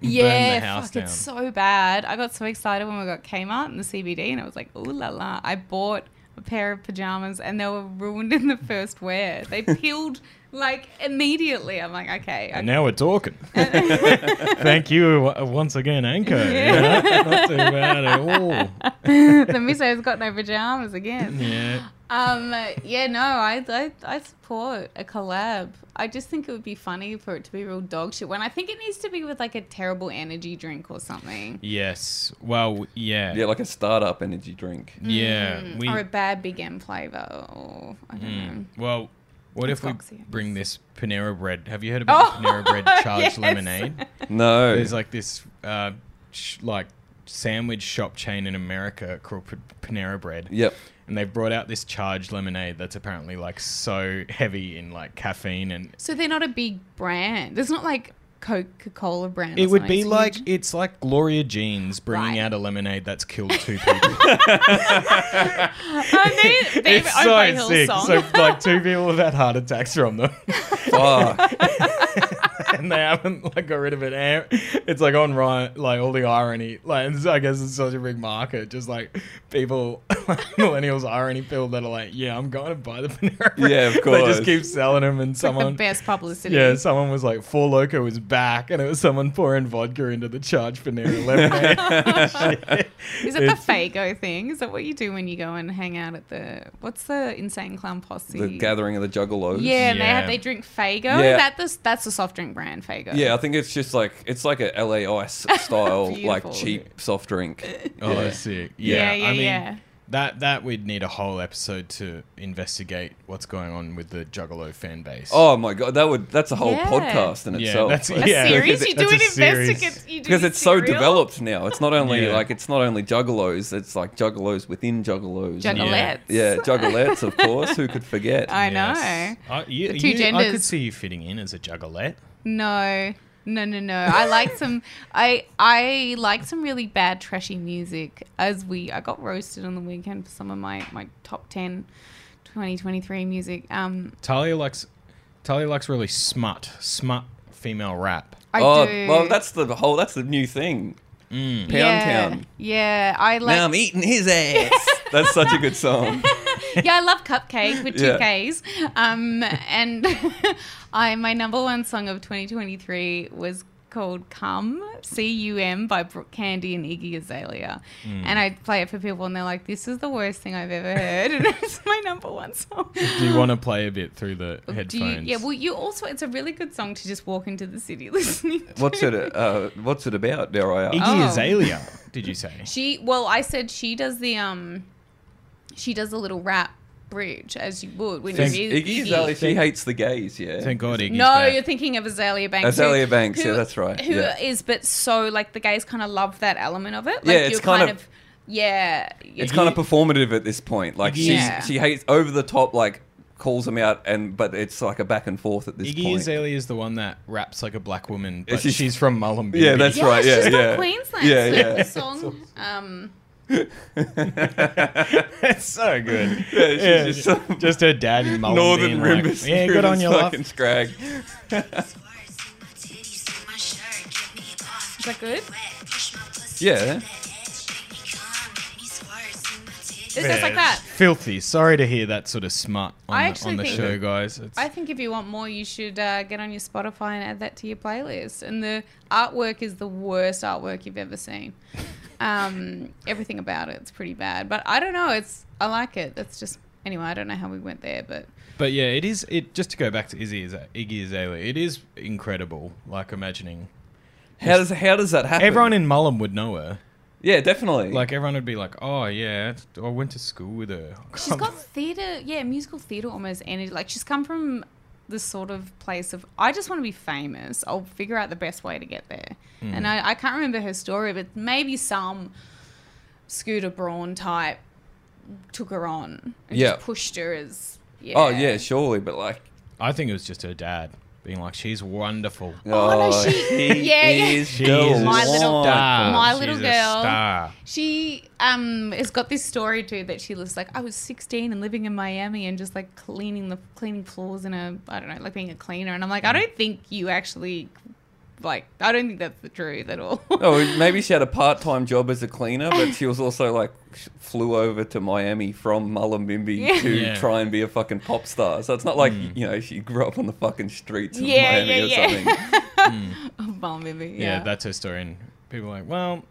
F: yeah.
E: house
F: fuck,
E: down.
F: it's so bad. I got so excited when we got Kmart and the CBD and I was like, ooh la la. I bought a pair of pajamas and they were ruined in the first wear.
E: [laughs]
F: They peeled like immediately. I'm like, okay. I
E: And now we're
F: [laughs]
E: talking. Thank you uh, once again, Anchor.
F: Yeah.
E: Yeah, Not too bad at all.
F: [laughs] the missus got no pajamas again.
E: Yeah.
F: Um, yeah, no, I, I I support a collab. I just think it would be funny for it to be real dog shit when I think it needs to be with like a terrible energy drink or something.
E: Yes. Well, yeah.
D: yeah, like a startup energy drink.
E: Yeah. We,
F: Mm,
E: Mm.
F: or a bad Big M flavor or I don't know.
E: well, what if we
F: Foxy, I
E: bring this Panera Bread? Have you heard about
F: Oh,
E: the Panera
F: [laughs]
E: Bread charged
F: yes.
E: lemonade?
D: No,
E: There's like this, uh, sh- like, sandwich shop chain in America called P- Panera Bread.
D: yep.
E: and they've brought out this charged lemonade that's apparently like so heavy in like caffeine and
F: So they're not a big brand. There's not like Coca Cola brand. or
E: it would
F: something.
E: be
F: It's
E: like
F: huge.
E: it's like Gloria Jeans bringing
F: Right.
E: out a lemonade that's killed two
F: [laughs]
E: people.
F: [laughs]
E: [laughs]
F: I mean, they've
E: it's so
F: Hill
E: sick.
F: song.
E: So like two people have had heart attacks from them, [laughs]
D: Fuck.
E: and they haven't like got rid of it. And It's like on right, like all the irony. Like it's- I guess it's such a big market. Just like people, [laughs] like, millennials irony people that are like, yeah, I'm going to buy the [laughs] Panera. Bread."
D: Yeah, of
E: They
D: course.
E: just keep selling them, and
F: like the
E: someone
F: best publicity.
E: [laughs] Yeah, someone was like, Four Loco is back, and it was someone pouring vodka into the charge Panera [laughs] lemonade.
F: [laughs]
E: Shit.
F: Is it the
E: It's-
F: Fago thing? Is that what you do when you go and hang out at the what's the insane clown posse?
D: the gathering of the juggalos.
F: Yeah, and they
E: Yeah.
F: have they drink Fago.
D: Yeah.
F: Is that the, that's the soft drink brand Fago?
D: Yeah, I think it's just like it's like a
F: [laughs]
D: LA Ice style, like
F: Beautiful.
D: cheap soft drink.
E: oh, that's sick.
F: yeah, yeah.
E: I mean,
D: [laughs]
F: yeah.
E: That that we'd need a whole episode to investigate what's going on with the Juggalo fan base.
D: Oh my god, that would that's a whole
F: Yeah.
D: podcast in
E: yeah,
D: itself.
E: that's
F: A
D: [laughs]
E: yeah,
F: series?
E: that's-
F: You do an
E: that's a series.
F: investigate. you do
D: because
F: a
D: it's so
F: serial?
D: developed now. It's not only
E: Yeah.
D: like it's not only juggalos, it's like juggalos within juggalos. and-
F: Juggalettes.
D: Yeah, juggalettes, of course. Who could
F: [laughs]
D: forget?
F: I
E: Yes.
F: know.
E: I, you,
F: The two
E: you- I could
F: genders.
E: see you fitting in as a juggalette.
F: No, no, no, no. I like some. [laughs] I I like some really bad trashy music. As we, I got roasted on the weekend for some of my my top 10 2023 music. Um,
E: Talia likes Talia likes really smut smut female rap.
F: I
D: oh,
F: do.
D: well, that's the whole. That's the new thing. Pound
F: yeah,
D: Town.
F: Yeah, I like.
D: now I'm eating his ass. [laughs] that's such a good
F: [laughs]
D: song.
F: yeah, I love Cupcake with two
D: Yeah.
F: Ks. Um, and [laughs] I my number one song of 2023 was called "Come" C U M by Brooke Candy and Iggy Azalea,
D: Hmm.
F: and I play it for people, and they're like, "This is the worst thing I've ever heard," [laughs] and it's my number one
D: [laughs]
F: song.
E: Do you want to play a bit through the headphones?
F: Do you, yeah, well, you also it's a really good song to just walk into the city [laughs] listening. To.
D: What's it? Uh, what's it about? Dare I ask?
E: Iggy
F: Oh.
E: Azalea, did you
F: [laughs]
E: say?
F: She well, I said she does the um, she does a little rap bridge as you would when
E: Thank-
F: you're
D: Iggy Azalea. She hates the gays. Yeah.
E: Thank God Iggy's
F: No,
E: back.
F: you're thinking of Azalea Banks.
D: Azalea Banks, yeah, that's right,
F: Who is?
D: yeah.
F: but so like the gays kind of love that element of it. Like
D: Yeah, it's
F: you're
D: kind
F: kind,
D: of-
F: of, yeah.
D: It's kind of performative at this point. Like she,
F: Yeah.
D: she hates over the top. Like calls him out, and but it's like a back and forth at this
E: Iggy
D: point.
E: Azalea is the one that raps like a black woman, but
D: she's-
E: she's, from Mullumbimby.
D: Yeah, that's
F: yeah,
D: right, yeah,
F: she's from
D: yeah.
F: Queensland.
D: Yeah,
F: so
D: yeah.
F: the song. Um,
D: [laughs]
E: That's so good.
D: Yeah, she's
E: Yeah,
D: just
E: [laughs] just,
D: so-
E: her dad in Mullumbimby.
D: Northern
E: and
D: Rim
E: like,
D: is
E: Yeah,
D: through
E: good on
D: this
E: your luck.
D: fucking scrag.
F: Is that good?
D: Yeah.
F: it's [laughs] just like that.
E: Filthy. Sorry to hear that sort of smut on,
F: I
E: the, on
F: actually
E: the
F: think-
E: show, guys. It's,
F: I think if you want more, you should uh, get on your Spotify and add that to your playlist. And the artwork is the worst artwork you've ever seen. Um, everything about it's pretty bad. But I don't know. It's I like it. That's just anyway. I don't know how we went there, but
E: But yeah, it is. It just to go back to Izzy, Aza- Iggy Azalea, it is incredible. Like imagining
D: How does how does that happen?
E: everyone in Mullum would know her.
D: yeah, definitely.
E: Like everyone would be like, "Oh yeah, I went to school with her."
F: She's got theatre, yeah, musical theatre almost energy. Like she's come from the sort of place of I just want to be famous. I'll figure out the best way to get there.
D: Hmm.
F: And I, I can't remember her story, but maybe some Scooter Braun type took her on and
D: Yeah.
F: just pushed her as yeah.
D: oh yeah, surely, but like.
E: [laughs] I think it was just her dad being like, "She's wonderful."
F: Oh, no, she-
D: he
F: [laughs] yeah, yeah.
D: is
E: She's
D: the
E: a
F: My little-
E: star.
F: my little
E: She's
F: girl.
E: A star.
F: She um has got this story too that she lives like I was 16 and living in Miami and just like cleaning the cleaning floors in a I don't know like being a cleaner and I'm like I
E: Mm.
F: don't think you actually like I don't think that's the truth at all. [laughs]
D: Oh, maybe she had a part-time job as a cleaner, but she was also like sh- flew over to Miami from Mullumbimby
F: Yeah.
D: to
E: Yeah. Hmm.
D: try and be a fucking pop star. So it's not like you know she grew up on the fucking streets of
F: Yeah,
D: Miami
F: yeah,
D: or
F: yeah. [laughs]
D: something.
F: Well, maybe,
E: Yeah.
F: yeah.
E: that's her story. And people are like, "Well,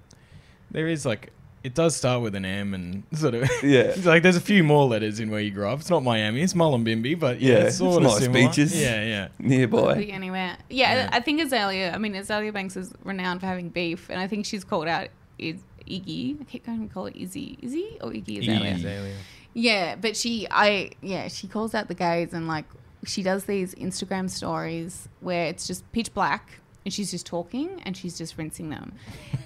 E: there is like." It does start with an M and [laughs] sort of
D: [laughs] Yeah.
E: it's like there's a few more letters in where you grow up. It's not Miami, it's Mullumbimby, but yeah,
D: Yeah,
E: it's
D: it's
E: sort of
D: nice
E: similar.
D: beaches.
E: Yeah, yeah.
F: Could be
D: Nearby,
F: anywhere. Yeah,
E: Yeah.
F: I think Azalea. I mean, Azalea Banks is renowned for having beef, and I think she's called out is Iggy. I keep going to call it Izzy, Izzy or Iggy Azalea.
E: Iggy Azalea.
F: Yeah, but she, I, yeah, she calls out the gays and like she does these Instagram stories where it's just pitch black and she's just talking and she's just rinsing them.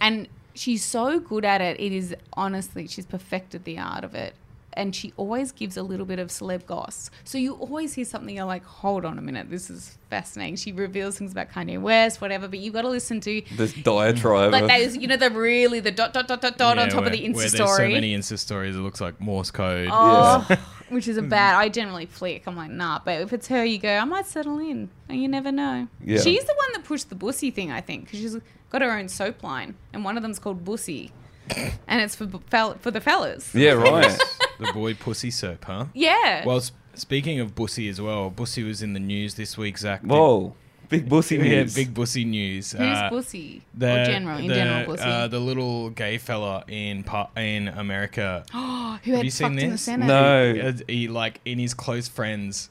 F: And she's so good at it. It is honestly, she's perfected the art of it. And she always gives a little bit of celeb goss. So you always hear something, you're like, hold on a minute, this is fascinating. She reveals things about Kanye West, whatever, but you've got to listen to
D: this diatribe.
F: like
D: of-
F: those, you know, the really the dot, dot, dot, dot, dot on
E: Uh-huh. Yeah,
F: top
E: where-
F: of the Insta
E: where there's
F: story.
E: so many Insta stories, it looks like Morse code.
F: Oh,
D: [laughs]
F: which
E: Hmm.
F: is a bad. I generally flick. I'm like, nah. But if it's her, you go. I might settle in. And you never know.
D: Yeah.
F: She's the one that pushed the bussy thing, I think, because she's got her own soap line, and one of them's
D: [laughs]
F: called Bussy, and it's for b- fel- for the fellas.
D: yeah,
F: [laughs]
D: right.
E: the boy pussy soap, huh?
F: Yeah.
E: Well, sp- speaking of Bussy as well, Bussy was in the news this week, Zach.
D: Whoa, big bussy
E: Big- Yeah,
D: news.
E: big Bussy news.
F: Who's
E: Uh,
F: Bussy?
E: The,
F: or general in
E: the,
F: general Bussy.
E: Uh, the little gay fella in par- in
F: [gasps]
E: America.
F: oh, [gasps] who
E: you
F: had
E: seen
F: fucked in the
E: this?
F: Senate?
D: No.
E: Uh, he like in his close friends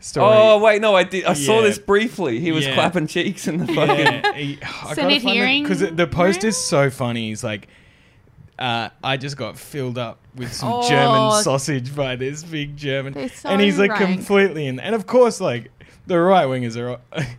E: story.
D: Oh wait, no, I did. I saw
E: Yeah.
D: this briefly. He was
E: Yeah.
D: clapping cheeks in the fucking.
E: yeah, he, I
F: Senate hearing
E: because the post
F: room?
E: is so funny. He's like, Uh, I just got filled up with some
F: Oh.
E: German sausage by this big German,
F: They're so
E: and he's like
F: rank.
E: completely in. And of course, like the right wingers are.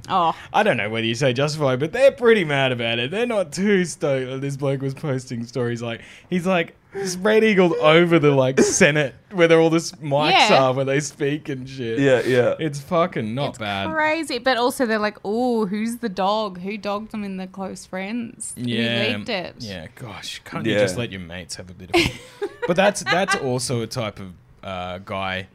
F: Oh.
E: I don't know whether you say justified, but they're pretty mad about it. They're not too stoked that this bloke was posting stories like he's like this red eagle over the like Senate where there all this mics
F: Yeah.
E: are where they speak and shit.
D: Yeah, yeah.
E: It's fucking not
F: It's
E: bad.
F: crazy. But also, they're like, oh, who's the dog? Who dogged them in the close friends?
E: yeah,
F: Who leaked it?
E: yeah. Gosh, can't you
D: Yeah.
E: just let your mates have a bit of?
F: [laughs]
E: but that's that's also a type of uh, guy,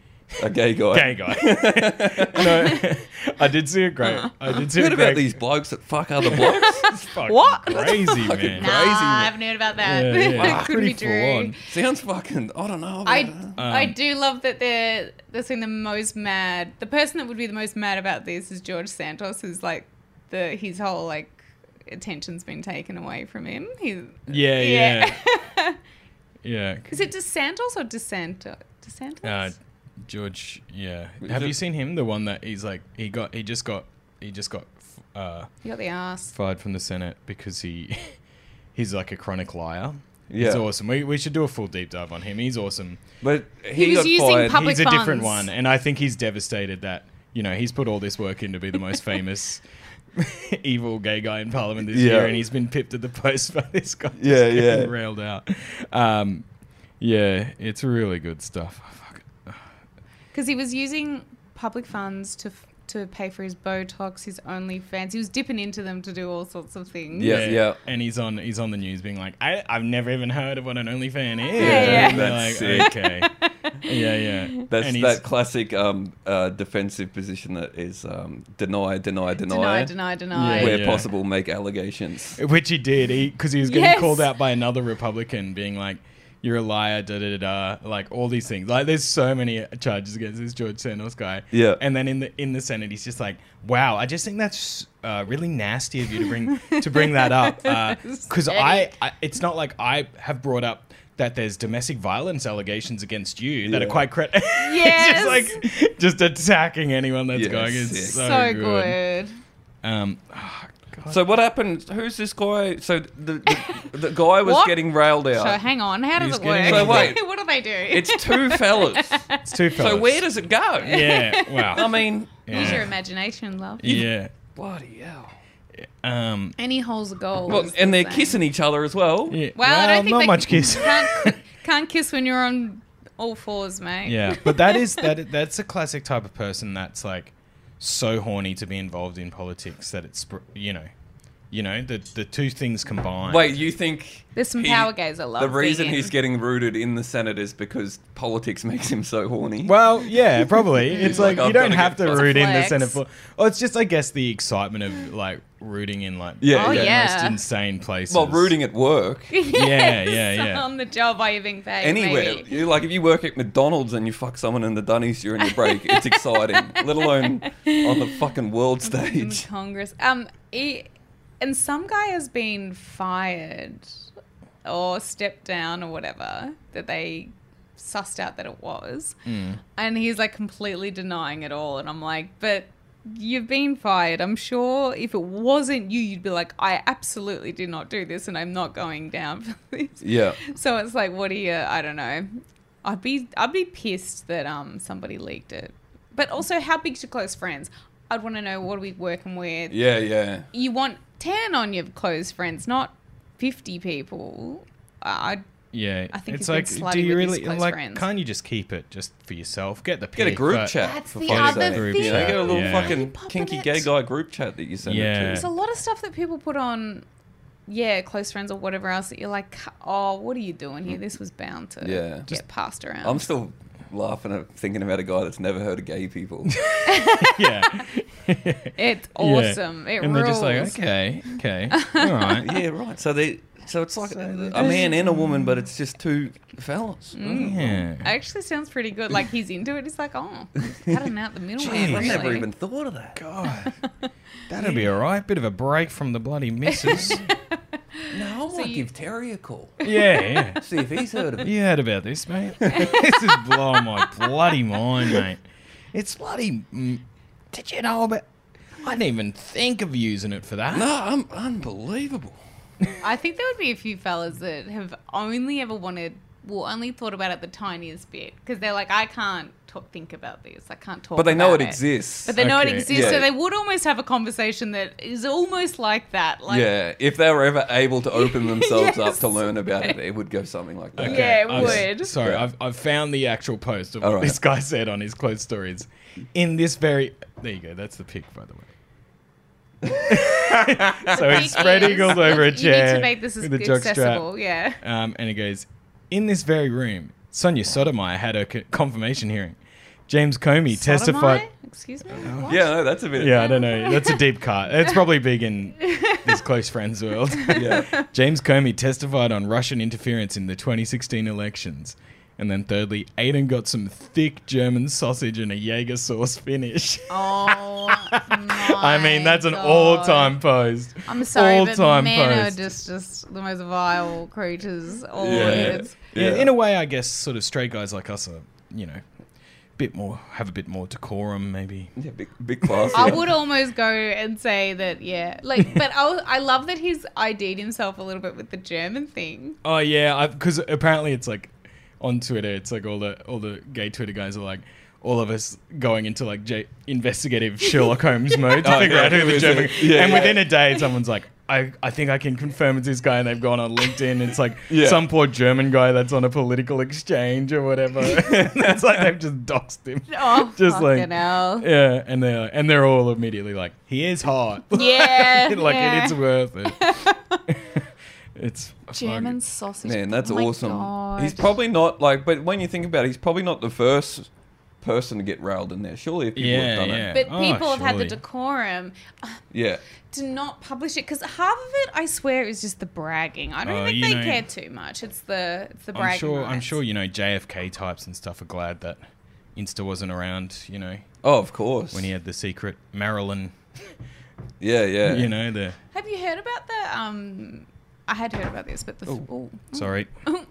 D: A gay guy.
E: gay guy. [laughs] no, I did see a great.
F: Uh-huh.
E: I did see
D: Heard
E: a
D: about
E: great.
D: these blokes that fuck other
F: [laughs]
D: blokes?
E: It's [laughs] fucking
F: What?
E: Crazy
D: fucking
E: man.
F: [laughs] Nah,
D: Crazy,
F: I
D: man.
F: haven't heard about that. [laughs]
E: Yeah, yeah. Wow.
F: Could
E: Pretty
F: be
E: full
F: true.
E: on.
D: Sounds fucking. I don't know.
F: I,
D: about that.
F: I do love that they're they're saying the most mad. The person that would be the most mad about this is George Santos, who's like the his whole like attention's been taken away from him. He,
E: Yeah, yeah, yeah.
F: is it DeSantos or DeSanto? DeSantos.
E: Uh, George, yeah.
D: Is
E: Have
D: it-
E: you seen him? The one that he's like, he got, he just got, he just got f- uh,
F: you got the ass.
E: fired from the Senate because he, [laughs] he's like a chronic liar. He's
D: Yeah.
E: awesome. We, we should do a full deep dive on him. He's awesome.
D: But
F: He
D: he,
F: was
D: got
F: using
D: fired.
F: pub- Public
E: he's a different one,
F: funds.
E: and I think he's devastated that you know he's put all this work in to be the
F: [laughs]
E: most famous [laughs] evil gay guy in Parliament this
D: Yeah.
E: year, and he's been pipped at the post by [laughs] this guy. just
D: Yeah,
E: getting
D: yeah.
E: railed out. Um, yeah, it's really good stuff. Oh, I fucking-
F: Because he was using public funds to f- to pay for his Botox, his OnlyFans. He was dipping into them to do all sorts of things.
D: Yeah, yeah.
E: And he's on he's on the news being like, I, I've never even heard of what an OnlyFan is.
F: Yeah, yeah.
E: And they're
D: That's
E: like, okay. Yeah, yeah.
D: That's
E: and he's-
D: that classic um, uh, defensive position that is um, deny, deny, deny,
F: Deny, deny, deny.
E: Yeah,
D: where
E: yeah.
D: possible, make allegations.
E: Which he did, because he, was getting
F: Yes.
E: called out by another Republican, being like, "You're a liar," da da da da, like all these things. Like, there's so many charges against this George Santos guy.
D: Yeah.
E: And then in the in the Senate, he's just like, "Wow, I just think that's uh, really nasty of you to bring to bring that up," because I, I, it's not like I have brought up. That there's domestic violence allegations against you that
D: Yeah.
E: are quite cre- [laughs]
F: Yes.
E: it's just like just attacking anyone that's
D: Yes,
E: going. It's
D: yes.
E: so,
F: so
E: good.
F: good.
E: Um, oh, God.
D: So what happened? Who's this guy? So the the,
F: [laughs]
D: the guy was
F: What?
D: getting railed out.
F: So hang on, how does
E: He's
F: it work?
E: getting-
D: So wait.
F: [laughs] what do they do?
D: it's
F: [laughs]
D: two fellas.
E: it's two
D: so
E: fellas.
D: where does it go?
E: Yeah. Wow.
D: I mean,
F: Use
E: Yeah.
F: your imagination, love.
E: Yeah.
D: bloody hell.
E: Um.
F: Any hole's a goal.
D: Well,
F: is
D: and
F: the
D: they're
F: saying.
D: kissing each other as well.
E: yeah.
F: Well, I don't think
E: not
F: they
E: much kiss. [laughs]
F: Can't, can't kiss when you're on all fours, mate.
E: yeah, but that is
F: [laughs]
E: that. That's a classic type of person that's like so horny to be involved in politics that it's pr- you know, you know the the two things combined.
D: Wait, you think
F: There's some
D: he-
F: power gays I love.
D: the reason
F: being in.
D: he's getting rooted in the Senate is because politics makes him so horny?
E: Well, yeah, probably.
D: [laughs]
E: It's like,
D: like,
E: you
D: I've
E: don't
D: gotta
E: have
D: get-
E: to
F: It's a
E: root in the
F: flex.
E: Senate for. Well, it's just I guess the excitement of like rooting in like
D: Yeah,
E: the
D: yeah.
F: Oh, yeah.
E: most insane places.
D: Well, rooting at work.
F: [laughs]
E: Yeah, yeah, yeah.
F: on the job while you're being paid.
D: Anywhere.
F: maybe.
D: You, like, if you work at McDonald's and you fuck someone in the dunnies during your break, it's
F: [laughs]
D: exciting, let alone on the fucking world
F: In [laughs]
D: stage.
F: Congress. Um, he, and some guy has been fired or stepped down or whatever that they sussed out that it was. And he's like completely denying it all. And I'm like, but you've been fired. I'm sure if it wasn't you, you'd be like, I absolutely did not do this and I'm not going down for this.
D: Yeah.
F: So it's like, what do you? I don't know. I'd be I'd be pissed that um somebody leaked it. But also, how big's your close friends? I'd want to know what are we working with.
D: Yeah, yeah.
F: You want ten on your close friends, not fifty people. I I'd-
E: Yeah,
F: I think
E: it's
F: he's been
E: like, do
F: slutty
E: you
F: with his
E: really
F: close
E: like?
F: friends.
E: Can't you just keep it just for yourself? Get the
D: Get a
E: pic,
D: group
E: but-
D: chat.
F: That's
D: for
F: the
D: fuck's
F: other
D: sake.
F: thing.
D: You know, get a little
E: Yeah.
D: fucking
F: Popping
D: kinky
F: it.
D: gay guy group chat that you send
E: Yeah.
D: it
F: there's a
D: to.
F: lot of stuff that people put on. Yeah, close friends or whatever else that you're like, oh, what are you doing here? This was bound to
D: Mm. Yeah.
F: get
D: Just-
F: passed around.
D: I'm still laughing at thinking about a guy that's never heard of gay
E: [laughs]
D: people.
E: [laughs] yeah, [laughs]
F: it's awesome. It
E: and
F: rules.
E: they're just like, okay,
F: [laughs]
E: okay, all right.
D: yeah, right. So they, so it's like
E: So
D: a,
E: they
D: a man and a woman, but it's just two fellas.
F: Mm.
E: Yeah.
F: Actually, sounds pretty good. Like he's into it. He's like, oh, cutting out the
D: [laughs]
F: middleman.
E: Jeez,
D: I've
F: really.
D: never even thought of that.
E: God. That'll be all right. Bit of a break from the bloody
F: [laughs]
E: missus.
D: No, I might
F: you-
D: give Terry a call.
E: yeah, yeah.
D: See if he's heard of
F: [laughs]
D: it.
E: You heard about this, mate. this is blowing my bloody mind, mate. It's bloody. Mm, did you know about. I didn't even think of using it for that.
D: No, I'm unbelievable.
F: I think there would be a few fellas that have only ever wanted, well, only thought about it the tiniest bit because they're like, I can't talk, think about this. I can't talk.
D: But they know
F: about
D: it exists.
F: But they know
E: Okay.
F: it exists,
D: Yeah.
F: so they would almost have a conversation that is almost like that. Like,
D: yeah, if they were ever able to open themselves up
F: [laughs] Yes.
D: to learn about it, it would go something like that.
F: Okay. Yeah, it
E: I've s-
F: would.
E: Sorry,
D: Yeah.
E: I've, I've found the actual post of
D: All
E: what
D: right.
E: this guy said on his closed stories. In this very, there you go. That's the pic,
F: [laughs]
E: by the way. so
F: the
E: he's
F: thing
E: spread
F: is,
E: eagles over
F: you
E: a chair
F: need to make this as
E: with a jock strap.
F: accessible. Yeah.
E: Um, and it goes, in this very room, Sonia Sotomayor had her co- confirmation hearing. James Comey testified.
F: Sodomite? Excuse me.
E: Oh.
F: What?
D: Yeah, no, that's a bit.
E: Yeah, I don't know. That's a deep cut. It's probably big in this close friends
F: [laughs]
E: world.
D: [laughs] Yeah.
E: James Comey testified on Russian interference in the 2016 elections. And then thirdly, Aiden got some thick German sausage and a Jaeger sauce finish. [laughs]
F: Oh,
E: I mean, that's an all time post.
F: I'm sorry, but
E: all-time
F: men
E: post.
F: are just, just the most vile creatures. All
D: Yeah.
F: idiots.
E: Yeah.
D: Yeah.
E: in a way, I guess sort of straight guys like us are, you know, bit more, have a bit more decorum, maybe.
D: Yeah, big, big class.
F: I would almost go and say that, yeah.
D: [laughs]
F: Like, but I, I love that he's ID'd himself a little bit with the German thing.
E: Oh yeah, because apparently it's like on Twitter, it's like all the all the gay Twitter guys are like all of us going into like J-
D: [laughs]
E: investigative Sherlock Holmes mode to
D: Oh,
E: figure
D: yeah,
E: out who
D: who
E: the
D: is
E: German.
D: it? Yeah,
E: and
D: yeah.
E: within a day, someone's like. I, I think I can confirm it's this guy, and they've gone on LinkedIn. It's like
D: Yeah.
E: some poor German guy that's on a political exchange or
D: [laughs]
E: whatever. [laughs] it's like they've just doxed him.
F: [laughs] Oh,
E: Just like-
F: fucking hell.
E: Yeah, and they're and they're all immediately like, he is hot.
F: Yeah,
E: [laughs] like
F: yeah.
E: it's worth it. [laughs]
F: [laughs]
E: it's
F: German sausage.
D: Man, that's
F: Oh my
D: awesome.
F: God.
D: He's probably not like, but when you think about it, he's probably not the first person to get railed in there. Surely, if people
E: Yeah,
D: have done
E: yeah.
D: it,
F: But
E: Oh,
F: people have had the
E: surely.
F: decorum uh,
D: yeah,
F: to not publish it because half of it, I swear, is just the bragging. I don't
E: Oh,
F: think
E: you
F: they
E: know-
F: care too much. It's the it's the bragging.
E: I'm sure. I'm
F: rights.
E: sure you know JFK types and stuff are glad that Insta wasn't around. You know
D: oh, of course.
E: when he had the secret Marilyn.
D: yeah, yeah,
E: [laughs] You know the
F: Have you heard about the um? I had heard about this, but the
D: Oh.
F: [laughs]
E: sorry,
F: ooh.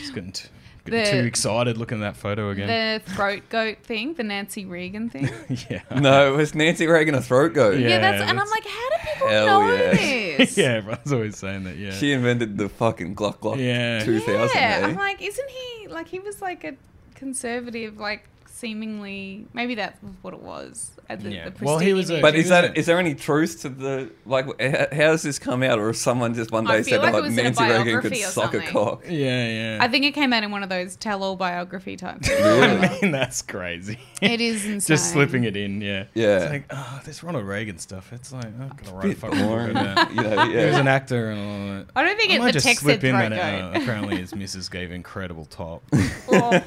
E: just getting, t- getting
F: The-
E: too excited looking at that photo again.
F: the throat goat thing, the Nancy Reagan thing.
E: [laughs] yeah.
D: No, it was Nancy Reagan a throat goat.
E: Yeah,
F: Yeah, that's and I'm
E: that's-
F: like, how do people
D: Hell
F: know
D: yeah. [laughs]
E: [laughs]
F: this?
E: yeah, everyone's always saying that. Yeah.
D: She invented the fucking Glock Glock
E: Yeah.
D: 2000.
F: Yeah,
D: eh?
F: I'm like, isn't he like he was like a conservative, like seemingly maybe that's what it was. At the,
E: Yeah.
F: the
E: Well, he was
F: proceeding.
E: a-
D: but is
E: isn't
D: that
E: it?
D: is there any truth to the like? h- How does this come out, or if someone just one
F: I
D: day
F: feel
D: said
F: like it
D: like
F: was in a
D: Nancy Reagan could
F: biography or
D: suck a
F: something.
D: cock?
E: Yeah, yeah.
F: I think it came out in one of those tell-all biography
D: [laughs]
F: types.
D: Really?
E: I mean, that's crazy.
F: It is
E: [laughs]
F: insane.
E: Just slipping it in, yeah.
D: Yeah.
E: It's like, oh, this Ronald Reagan stuff. It's like, I'm gonna write a
D: Bit
E: fucking book
D: boring,
E: about that.
D: you know,
E: He was
D: [laughs] yeah.
E: an actor and all that.
F: I don't think
E: I
F: it,
E: might
F: the
E: just
F: text said
E: slip in
F: throat
E: that.
F: goat.
E: Uh, apparently,
F: [laughs]
E: his missus gave incredible top. [laughs]
F: Oh,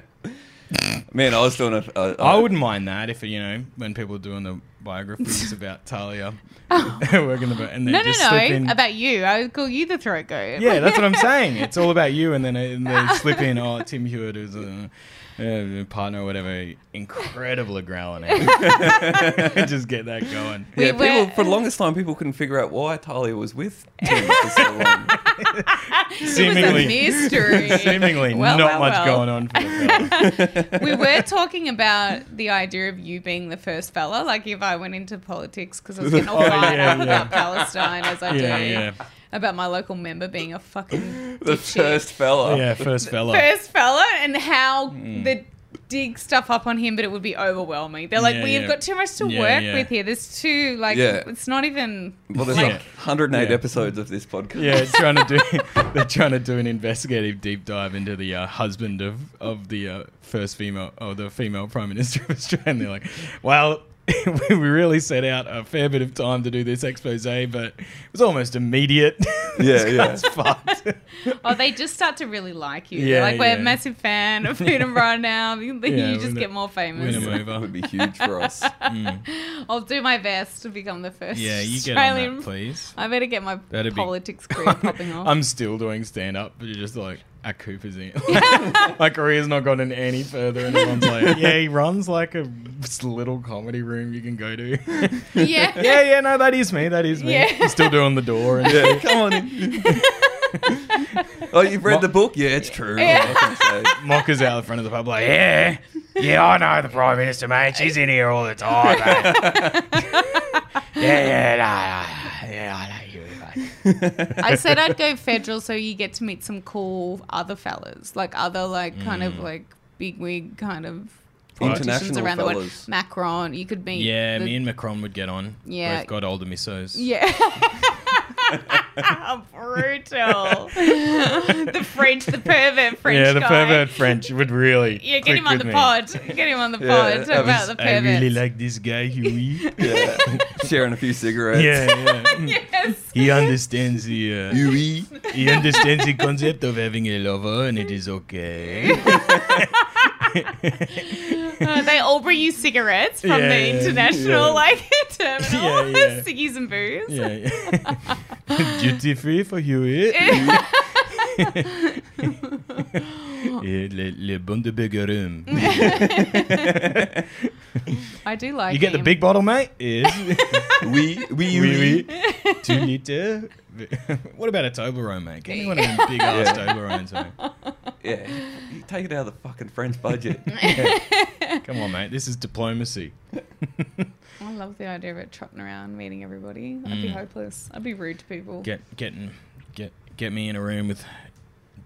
D: [laughs] Man, I was doing a. a, a
E: I wouldn't mind that if you know when people are doing the
F: [laughs]
E: biographies about Talia, [laughs] working about and they
F: Oh. no, no,
E: just slip in.
F: no. About you. I would call you the throat goat.
E: yeah, that's
F: [laughs]
E: what I'm saying. It's all about you, and then uh, and they slip in. Oh, Tim Hewitt is a, uh partner or whatever. Incredible at growling [laughs] at. him. just get that going.
D: yeah,
F: We were-
D: people for the longest time, people couldn't figure out why Talia was with Tim for so
F: [laughs]
D: long.
E: Seemingly,
F: It was a mystery.
E: [laughs] seemingly
F: Well,
E: not
F: well,
E: much
F: well.
E: going on for the fella.
F: we were talking about the idea of you being the first fella. Like if I went into politics because I was getting all
E: [laughs] Oh,
F: fired
E: yeah,
F: up
E: yeah.
F: about Palestine as I
E: Yeah,
F: do,
E: yeah.
F: about my local member being a
E: [laughs]
F: fucking
D: the
F: dipshit.
D: first
F: [laughs]
D: fella.
E: Yeah, first fella. Mm.
F: first fella, and how the dig stuff up on him, but it would be overwhelming. They're like,
E: Yeah,
F: we've
E: yeah.
F: got too much to
E: Yeah,
F: work
E: yeah.
F: with here. There's too like
D: Yeah.
F: it's not
E: [laughs]
F: even.
D: Well, there's
E: Yeah.
D: like 108
E: Yeah.
D: episodes of this podcast.
E: Yeah, trying to do [laughs] they're trying to do an investigative deep dive into the uh, husband of of the uh, first female or the female prime minister of Australia. And they're like, well, [laughs] we really set out a fair bit of time to do this expose, but it was almost immediate. [laughs]
D: Yeah, yeah.
E: It's fucked.
F: Oh, they just start to really like you.
E: Yeah,
F: They're like we're
E: yeah.
F: a massive fan of
E: [laughs]
F: Freedom right now. [laughs] You
E: we're
F: just
E: not-
F: get more famous.
E: we're not-
D: That would be huge for
E: [laughs]
D: us. [laughs]
F: I'll do my best to become the first
E: Yeah, you get
F: Australian.
E: on that, please.
F: I better get my
E: That'd be-
F: politics
E: [laughs]
F: career [laughs] popping off.
E: I'm still doing stand up, but you're just like at Cooper's in. [laughs] My career's not gotten any further, and everyone's
F: [laughs]
E: like, "Yeah, he runs like a little comedy room you can go to."
F: yeah.
E: yeah, yeah, no, that is me. That is me.
F: Yeah.
E: I'm still doing the
B: [laughs]
E: door. And
D: Yeah, come on
F: [laughs]
D: in. oh, you've read the book? Yeah, it's true. I think so.
E: Mocker's out the front of the pub, like, yeah.
B: Yeah. Yeah, I know the Prime Minister, mate. She's in here all the [laughs]
E: [laughs]
B: time, mate. yeah, yeah, no, no, no. yeah, I know you, mate.
F: I said I'd go federal so you get to meet some cool other fellas, like other like kind of like big wig kind of politicians
D: International
F: around the world. [laughs]
D: fellas.
F: Macron, you could meet.
E: Yeah,
F: the-
E: me and Macron would get on.
F: Yeah.
E: Both got older missos.
F: yeah. [laughs] Brutal. the French, the pervert French
B: yeah, the
F: guy.
B: pervert French would really.
F: Yeah,
B: click
F: get him on
B: with
F: the
B: me.
F: pod. Get him on the
D: Yeah,
F: pod. Talk
D: I
F: about
D: was-
F: the
E: I
F: perverts.
E: really like this
B: [laughs]
E: guy, Huey.
D: Yeah. Sharing a few cigarettes.
E: yeah, yeah.
F: yes.
E: He understands the uh,
D: Yui.
E: he understands the concept of having a lover, and it is
F: [laughs]
E: okay.
F: Uh, they all bring you cigarettes from
E: Yeah,
F: the
E: yeah,
D: yeah.
F: international like [laughs]
E: [laughs]
F: terminal.
E: Yeah, yeah.
F: Ciggies and booze.
E: yeah, [laughs] yeah. duty free for eh? Huey. Et Eh, le, le bon de Begarum.
F: I do like
E: You get the
F: him.
E: big bottle, mate? Yes.
D: Wee. Wee.
E: Wee
D: Wee.
E: wee. Two liter. [laughs] what about a Toblerone, mate? Give me one of them big ass
D: Yeah.
E: Toblerones, mate.
D: Yeah. You take it out of the fucking French
F: [laughs]
D: budget.
E: Come on, mate. This is diplomacy. [laughs]
F: I love the idea of it trotting around, meeting everybody. I'd be hopeless. I'd be rude to people.
E: Mm. Get getting get get me in a room with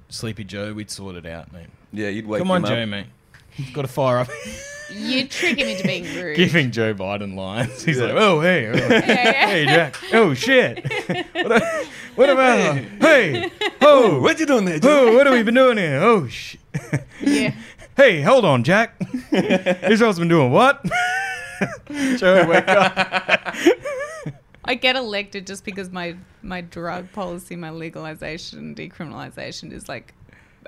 E: Sleepy Joe. We'd sort it out, mate.
D: Yeah, you'd wake
E: Come on,
D: him
E: Joe,
D: up.
E: mate. Got to fire up.
F: [laughs] You trigger me to
E: [laughs]
F: being rude.
E: Giving Joe Biden lines. He's
D: Yeah.
E: like, oh
F: [laughs]
E: hey, oh, hey Jack. Oh shit. [laughs] what, a- what about? Hey,
D: Oh,
E: oh,
D: what you doing there, Joe?
E: oh, what have we been doing here? Oh shit.
F: yeah.
E: Hey, hold
D: [laughs]
E: on, Jack. Israel's been doing what? Joe, wake up.
F: I get elected just because my my drug policy, my legalization, decriminalization is like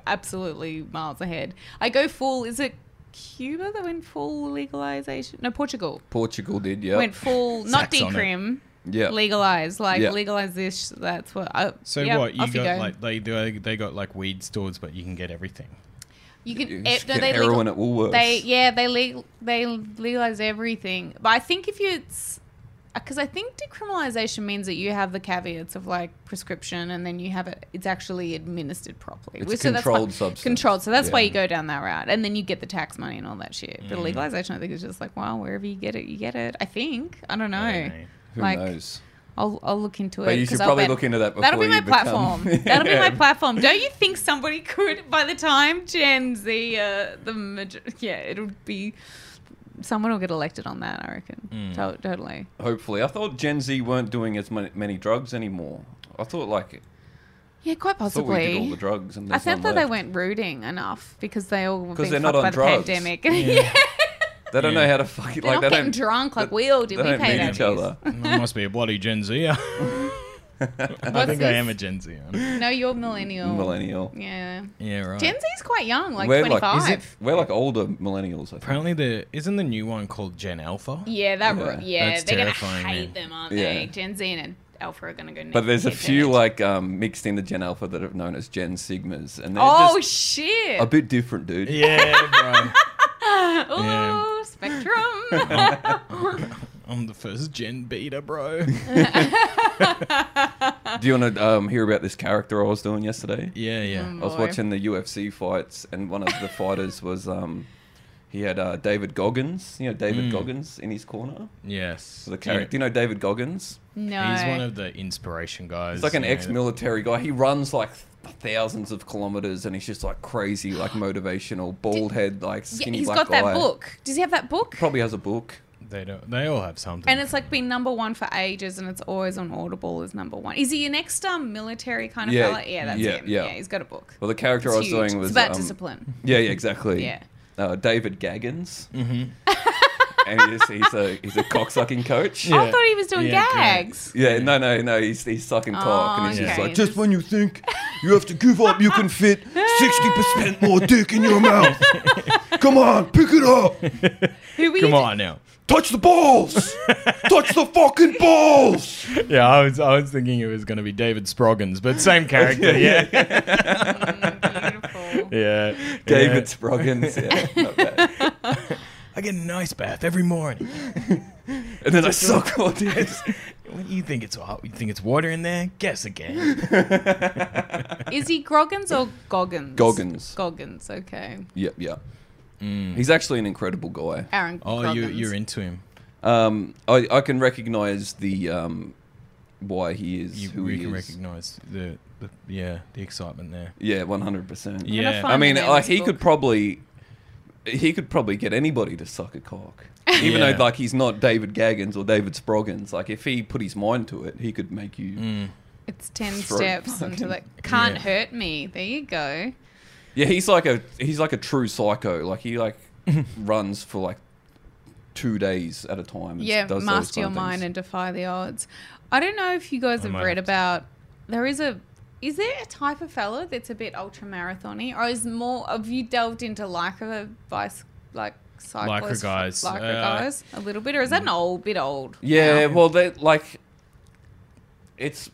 F: absolutely miles ahead. I go full. Is it Cuba that went full legalization? No, Portugal
D: Portugal did, yeah.
F: went full not
E: Sax on it.
F: decrim.
D: Yeah.
F: Legalize, like
D: Yeah.
F: legalize this. That's what. I,
E: So
F: yeah,
E: what? You
F: off
E: got like they do? They got like weed stores, but you can get everything.
F: you can.
D: You
F: eh,
D: just
F: no,
D: get
F: they legal-
D: heroin at Woolworths.
F: They yeah, they legal, they legalize everything. But I think if you it's because I think decriminalization means that you have the caveats of like prescription, and then you have it. It's actually administered properly.
D: It's
F: Well,
D: a
F: that's
D: controlled
F: why,
D: substance.
F: Controlled. So that's why
D: Yeah.
F: you go down that route, and then you get the tax money and all that shit.
E: Mm.
F: But legalization, I think, is just like wow, wherever you get it, you get it. I think. I don't know.
E: I don't know.
D: Who
F: like,
D: knows?
F: I'll, I'll look into it.
D: But you
F: 'cause
D: should
F: I'll
D: probably
F: bet-
D: look into that before
F: That'll be
D: you
F: my
D: become-
F: platform.
D: [laughs]
F: That'll be my platform. Don't you think somebody could, by the time Gen Z, uh, the major- yeah, it'll be someone will get elected on that. I reckon.
D: Hmm.
F: To- totally.
D: Hopefully. I thought Gen Z weren't doing as mon- many drugs anymore. I thought, like,
F: Yeah, quite
D: I thought we did all
F: possibly.
D: the drugs. and
F: I
D: there's
F: thought
D: none
F: that they
D: left.
F: weren't rooting enough because they all were
D: 'Cause
F: being
D: they're not
F: fucked
D: on
F: by
D: drugs.
F: the pandemic. yeah.
D: They don't
E: Yeah.
D: know how to fuck it.
F: They're
D: Like,
F: not
D: they
F: getting
D: don't,
F: drunk like we all did.
D: they
F: We
D: don't
F: paid
D: need
F: our
D: each
F: dues.
D: other.
E: I must be a bloody Gen Z. [laughs] I
F: What's
E: think I
F: this?
E: am a Gen Z.
F: [laughs] No, you're millennial.
D: Millennial.
F: Yeah.
E: Yeah, right.
F: Gen Z's quite young, like
D: we're, like,
F: 25.
D: we're like older millennials, I think.
E: Apparently, the isn't the new one called Gen Alpha?
F: Yeah, that
D: Yeah.
F: yeah, yeah
E: That's
F: they're gonna
E: terrifying,
F: hate
E: man.
F: them, aren't
D: Yeah.
F: they? Gen Z and Alpha are gonna go.
D: But there's a
F: naked.
D: few like um, mixed in the Gen Alpha that are known as Gen Sigmas, and they're
F: oh
D: just
F: shit!
D: a bit different, dude.
E: Yeah, bro.
F: Ooh,
E: yeah.
D: [laughs]
F: spectrum.
E: [laughs] I'm the first Gen Beta,
D: [laughs]
E: bro.
D: Do you want to um, hear about this character I was doing yesterday?
E: Yeah, yeah.
D: I was
F: Boy.
D: watching the UFC fights, and one of the fighters was um, he had uh, David Goggins, you know David
F: Hmm.
D: Goggins in his corner.
E: Yes.
D: The character, do you know David Goggins?
F: no,
E: He's one of the inspiration guys.
D: He's like an
E: you know,
D: ex-military guy. He runs like th- thousands of kilometers, and he's just like crazy,
F: [gasps]
D: like motivational, bald head, like
F: Yeah,
D: skinny
F: he's
D: black
F: got that
D: guy.
F: book. Does he have that book?
D: Probably has a book.
E: They don't. They all have something.
F: And it's like been number one for ages, and it's always on Audible as number one. Is he an ex um, military kind of
D: Yeah,
F: fella? Yeah, that's
D: yeah,
F: him.
D: yeah.
F: Yeah. he's got a book.
D: Well, the character
F: It's
D: I was
F: huge.
D: doing was
F: it's about
D: um,
F: discipline.
D: Yeah, yeah, exactly.
F: Yeah.
D: Uh, David Gaggins. Mm-hmm. [laughs] and he's, he's a he's a cocksucking coach. Mm-hmm. Yeah.
F: I thought he was doing
E: Yeah, great.
F: gags.
D: no, no, no. He's he's sucking cock, and he's just
F: Oh, okay.
D: like, just when you think you have to give up, you can fit sixty percent more dick in your [laughs] mouth. Come on, pick it up.
F: Who were
E: Come
F: you?
E: on now.
D: Touch the balls. Touch the fucking balls.
E: Yeah, I was. I was thinking it was going to be David Sproggins,
D: [laughs]
E: but same character. yeah. yeah.
F: Beautiful.
D: [laughs] David
E: [laughs] Yeah.
D: Sproggins. Yeah, not bad.
E: I get an ice bath every morning.
D: [laughs] And then I suck all [laughs] dicks.
E: You think it's hot? You think it's water in there?
D: [laughs]
E: Guess again.
F: Is he Groggins or Goggins?
D: Goggins.
F: Goggins. Okay.
D: Yep, yeah. He's actually an incredible guy.
F: Aaron.
E: Oh, you
F: Groggins.
E: you're into him.
D: Um, I, I can recognize the um, why he is
E: You,
D: who
E: you
D: he
E: can
D: is.
E: recognize the, the yeah the excitement there.
D: Yeah, one hundred percent.
E: Yeah.
D: I mean,
F: the name
D: like
F: of this
D: he could
F: book. probably
D: probably, he could probably get anybody to suck a
F: [laughs]
D: cock, even
E: Yeah.
D: though like he's not David Gaggins or David Sproggins. Like if he put his mind to it, he could make you.
E: Mm.
F: It's ten
D: Throw
F: steps
D: fucking- [laughs]
F: into like can't
E: Yeah.
F: hurt me. There you go.
D: Yeah, he's like a he's like a true psycho. Like he
E: [laughs]
D: like runs for like two days at a time. and
F: yeah,
D: does those
F: master
D: kind
F: your
D: of
F: mind
D: things.
F: and defy the odds. I don't know if you guys
E: I
F: have
E: might
F: read
E: have to-
F: about. There is a. Is there a type of fella that's a bit ultra marathony, or is more? Have you delved into like a bicycle, like cyclist,
E: guys.
F: lycra
E: Uh,
F: guys a little bit, or is that an old bit old?
D: Yeah,
F: now?
D: well, they like it's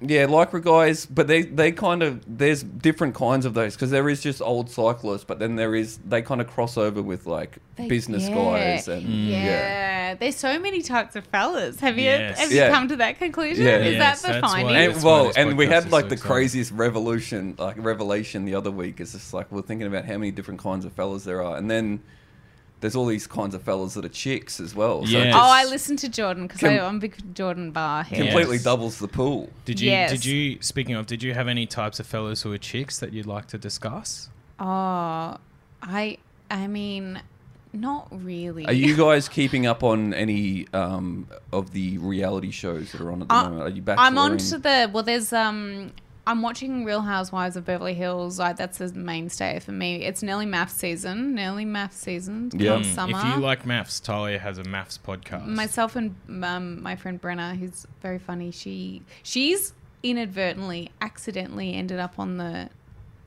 D: yeah, lycra guys, but they they kind of there's different kinds of those because there is just old cyclists, but then there is they kind of cross over with like
F: They-
D: business
F: yeah.
D: guys and
F: Yeah.
D: yeah.
F: there's so many types of fellas. Have you
E: Yes.
F: have you
D: Yeah.
F: come to that conclusion?
D: Yeah.
F: Is
E: Yes,
F: that the
E: that's why-
F: finding?
E: Yeah,
D: And,
E: that's why
D: well,
E: this
D: and we
E: podcast
D: had
E: is
D: like
E: so
D: the
E: exciting.
D: craziest revolution, like revelation the other week. It's just like we're thinking about how many different kinds of fellas there are, and then there's all these kinds of fellas that are chicks as well. So
E: Yeah.
D: it
F: Oh,
D: just
F: I listened to Jordan because
D: Com-
F: I'm a big Jordan Bar here.
E: Yes.
D: completely doubles the pool.
E: Did you
F: Yes.
E: did you speaking of did you have any types of fellows who are chicks that you'd like to discuss?
F: Oh, I I mean, not really.
D: Are you guys keeping up on any um, of the reality shows that are on at the
F: I-
D: moment? Are you back?
F: Uh, I'm on to the well. There's um. I'm watching Real Housewives of Beverly Hills. Like that's the mainstay for me. It's nearly math season. Nearly math season.
D: Yeah.
F: Come
D: Mm, if
F: summer.
E: If you like maths, Talia has a maths podcast.
F: myself and um, my friend Brenna, who's very funny, she she's inadvertently, accidentally ended up on the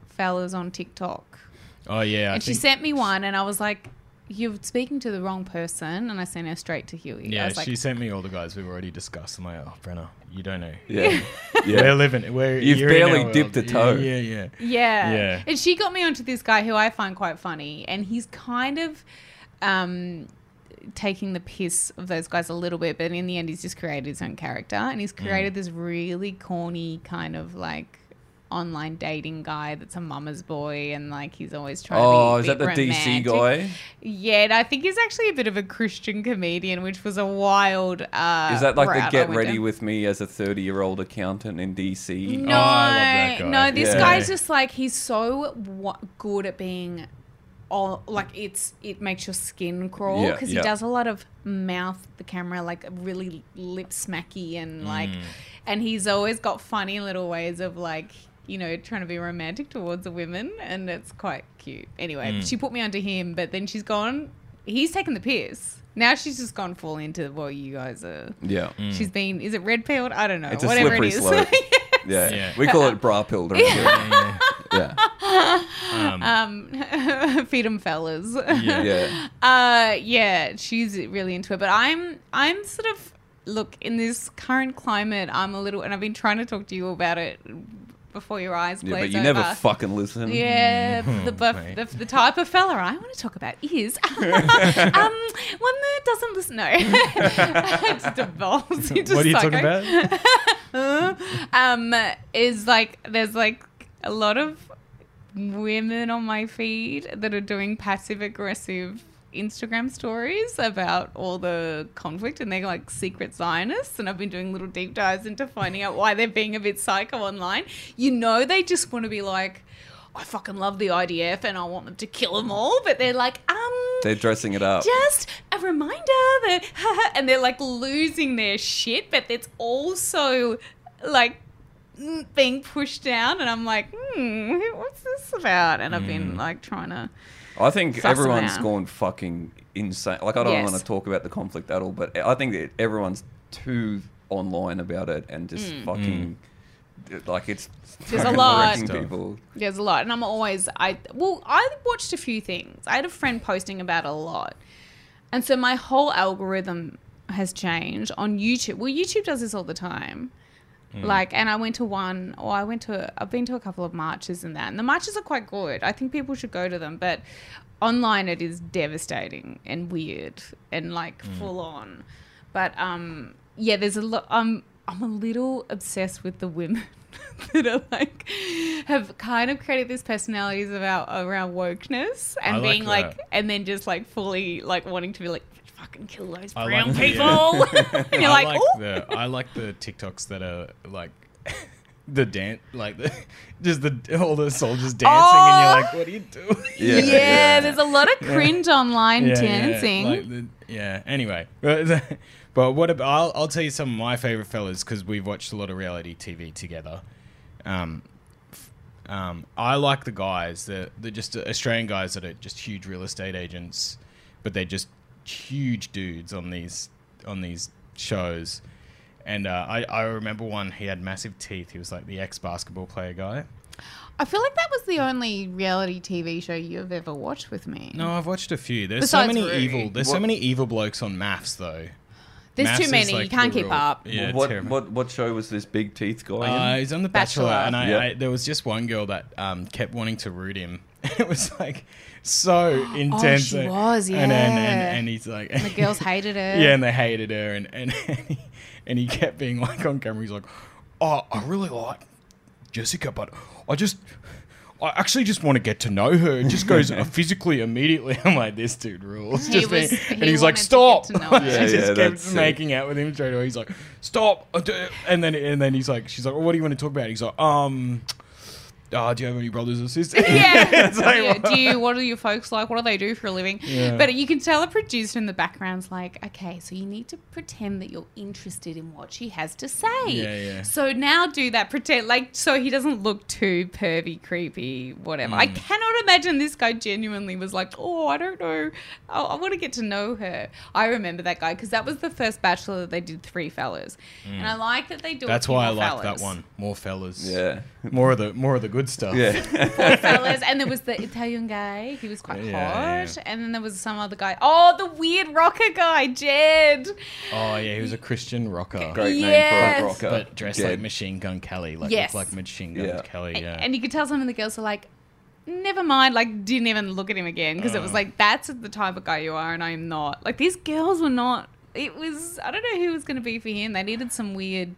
F: fellas on TikTok,
E: oh yeah, I
F: and she
E: think-
F: sent me one, and I was like, "You're speaking to the wrong person," and I sent her straight to Huey. I
E: yeah,
F: was like,
E: she sent me all the guys we've already discussed. I'm like, oh, Brenna, you
D: [laughs]
E: don't know.
D: [laughs] Yeah,
E: We're
D: yeah.
E: living. We're,
D: You've
E: you're in our
D: barely dipped
E: world.
D: a toe.
E: Yeah, yeah.
F: Yeah.
E: Yeah.
F: And she got me onto this guy who I find quite funny, and he's kind of um, taking the piss of those guys a little bit, but in the end, he's just created his own character, and he's
D: Mm.
F: created this really corny kind of like online dating guy that's a mama's boy, and like he's always trying.
D: Oh,
F: to
D: is
F: be a
D: that the
F: bit
D: DC
F: romantic.
D: guy?
F: Yeah, and I think he's actually a bit of a Christian comedian, which was a wild. Uh,
D: Is that like
F: route
D: the
F: I
D: get
F: went
D: ready
F: down.
D: with me as a 30 year old accountant in Um, DC?
F: No,
E: Oh, I love that guy.
F: no, this
D: Yeah.
F: guy's just like he's so wa- good at being, all like it's it makes your skin crawl
D: Yeah,
F: because
D: yeah.
F: he does a lot of mouth the camera like really lip smacky and like,
D: Mm.
F: and he's always got funny little ways of like you know trying to be romantic towards the women and it's quite cute. Anyway,
D: Mm.
F: she put me onto him, but then she's gone. He's taken the piss. Now she's just gone full into what you guys are.
D: Yeah.
F: She's been is it red pilled? I don't know.
D: Mm. It's a
F: Whatever
D: slippery
F: it is. [laughs]
D: slope.
F: Yeah.
D: yeah,
E: Yeah.
D: We call it bra pill. around
F: [laughs]
D: here. Yeah,
E: Um,
F: Uh, um [laughs] feed 'em fellas
D: [laughs]
E: Yeah.
D: yeah.
F: [laughs] uh yeah she's really into it but i'm i'm sort of look in this current climate i'm a little and i've been trying to talk to you about it before your eyes
D: Yeah,
F: glaze
D: but you
F: over.
D: never fucking Oh, listen. [laughs]
F: yeah, the, buff,
E: mate.
F: the, the type of fella I want to talk about is
D: [laughs]
F: [laughs] um, one that doesn't listen. No, [laughs] it just
D: [laughs]
F: evolves into
E: what are you talking
F: psycho
E: about?
F: um, is like there's like a lot of women on my feed that are doing passive aggressive Instagram stories about all the conflict and they're like secret Zionists and I've been doing little deep dives into finding out why they're being a bit psycho online. You know they just want to be like I fucking love the IDF and I want them to kill them all, but they're like um
D: They're dressing it up.
F: just a reminder that [laughs] and they're like losing their shit but it's also like mm, being pushed down and i'm like hmm what's this about and i've been like trying to
D: I think
F: Fuss
D: everyone's
F: around.
D: gone fucking insane. Like I don't
F: Yes.
D: want to talk about the conflict at all, but I think that everyone's too online about it and just fucking
E: Mm.
D: like it's
F: Mm. There's a
D: fucking
F: lot.
D: wrecking people.
F: there's a lot and i'm always i well i watched a few things i had a friend posting about a lot and so my whole algorithm has changed on youtube well youtube does this all the time
E: Mm.
F: Like, and I went to one, or I went to, I've been to a couple of marches and that, and the marches are quite good. I think people should go to them, but online it is devastating and weird and like
E: Mm.
F: full on. But um, yeah, there's a lot. Um, I'm a little obsessed with the women [laughs] that are like have kind of created these personalities about around wokeness and
E: I like
F: being like,
E: that.
F: and then just like fully like wanting to be like. fucking kill those
E: I
F: brown
E: like the-
F: people. [laughs] and [laughs] you're
E: I
F: like,
E: like
F: oh,
E: the I like the TikToks that are like [laughs] the dance, like [laughs] the, just the all the soldiers dancing,
F: Oh.
E: and you're like, what are you doing?
D: [laughs]
F: yeah,
D: Yeah. Yeah.
F: There's a lot of cringe online dancing.
E: Yeah, like the- yeah, anyway. [laughs] But, the- but what about, I'll, I'll tell you some of my favorite fellas because we've watched a lot of reality TV together. Um, f- um, I like the guys, the, the just uh, Australian guys that are just huge real estate agents, but they're just huge dudes on these on these shows. And uh, I, I remember one, he had massive teeth. He was like the ex basketball player guy.
F: I feel like that was the only reality TV show you've ever watched with me.
E: No, Oh, I've watched a few. There's
F: Besides
E: so many
F: Rui.
E: evil. There's so
D: What-
E: many evil blokes on maths though.
F: There's
E: Maths
F: too
E: is
F: many.
E: like
F: you can't
E: the
F: keep
E: real-
F: up.
E: Yeah,
D: what,
E: terrible.
D: what what show was this big teeth guy
E: Uh,
D: in?
E: he's on the Bachelor,
F: Bachelor.
E: and I,
D: Yeah.
E: I there was just one girl that um, kept wanting to root him. [laughs] it was like
F: [gasps]
E: so intense.
F: Oh, she
E: and-
F: was,
E: And, and,
F: yeah.
E: and, and he's like,
F: The girls hated it.
E: yeah, and they hated her, and and [laughs] and he, and he kept being like on camera. He's like, "Oh, I really like Jessica, but I just." I actually just want to get to know her. It just
D: [laughs]
E: goes uh, physically immediately. [laughs] I'm like, this dude rules.
F: He
E: Just
F: was-
E: being-
F: he
E: and he's like,
F: wanted
E: stop. [laughs]
F: to get to know her.
E: She
D: Yeah,
E: just
D: yeah,
E: kept
D: that's it.
E: making out with him straight away. He's like, stop. I do- And then and then he's like, she's like, well, what do you want to talk about? He's like, um, uh, do you have any brothers or sisters?
F: [laughs] Yeah.
E: [laughs] It's like,
F: Yeah, Do you? What are your folks like? What do they do for a living?
E: Yeah.
F: But you can tell the producer in the background's like, okay, so you need to pretend that you're interested in what she has to say.
E: Yeah, yeah.
F: So now do that. Pretend like so he doesn't look too pervy, creepy, whatever.
E: Mm.
F: I cannot imagine this guy genuinely was like, oh, I don't know, I, I want to get to know her. I remember that guy because that was the first Bachelor that they did three fellas, and I like that they do. a
E: Mm. That's
F: few
E: why I
F: more
E: like that
F: fellas.
E: one. More fellas.
D: Yeah, [laughs]
E: More of the more of the good stuff.
D: yeah.
F: four fellas, and there was the Italian guy. He was quite
E: Yeah,
F: hot,
E: yeah.
F: and then there was some other guy. Oh, the weird rocker guy, Jed.
E: Oh yeah, he was a Christian rocker,
D: Great
F: Yes.
D: name for a rocker.
E: but dressed like
D: Dead.
E: Machine Gun Kelly, like
F: Yes.
E: looked like Machine Gun
D: Yeah.
E: Kelly. Yeah.
F: And you could tell some of the girls were like, "Never mind," like didn't even look at him again because
E: Uh.
F: it was like that's the type of guy you are, and I'm not. Like these girls were not. It was I don't know who was going to be for him. They needed some weird.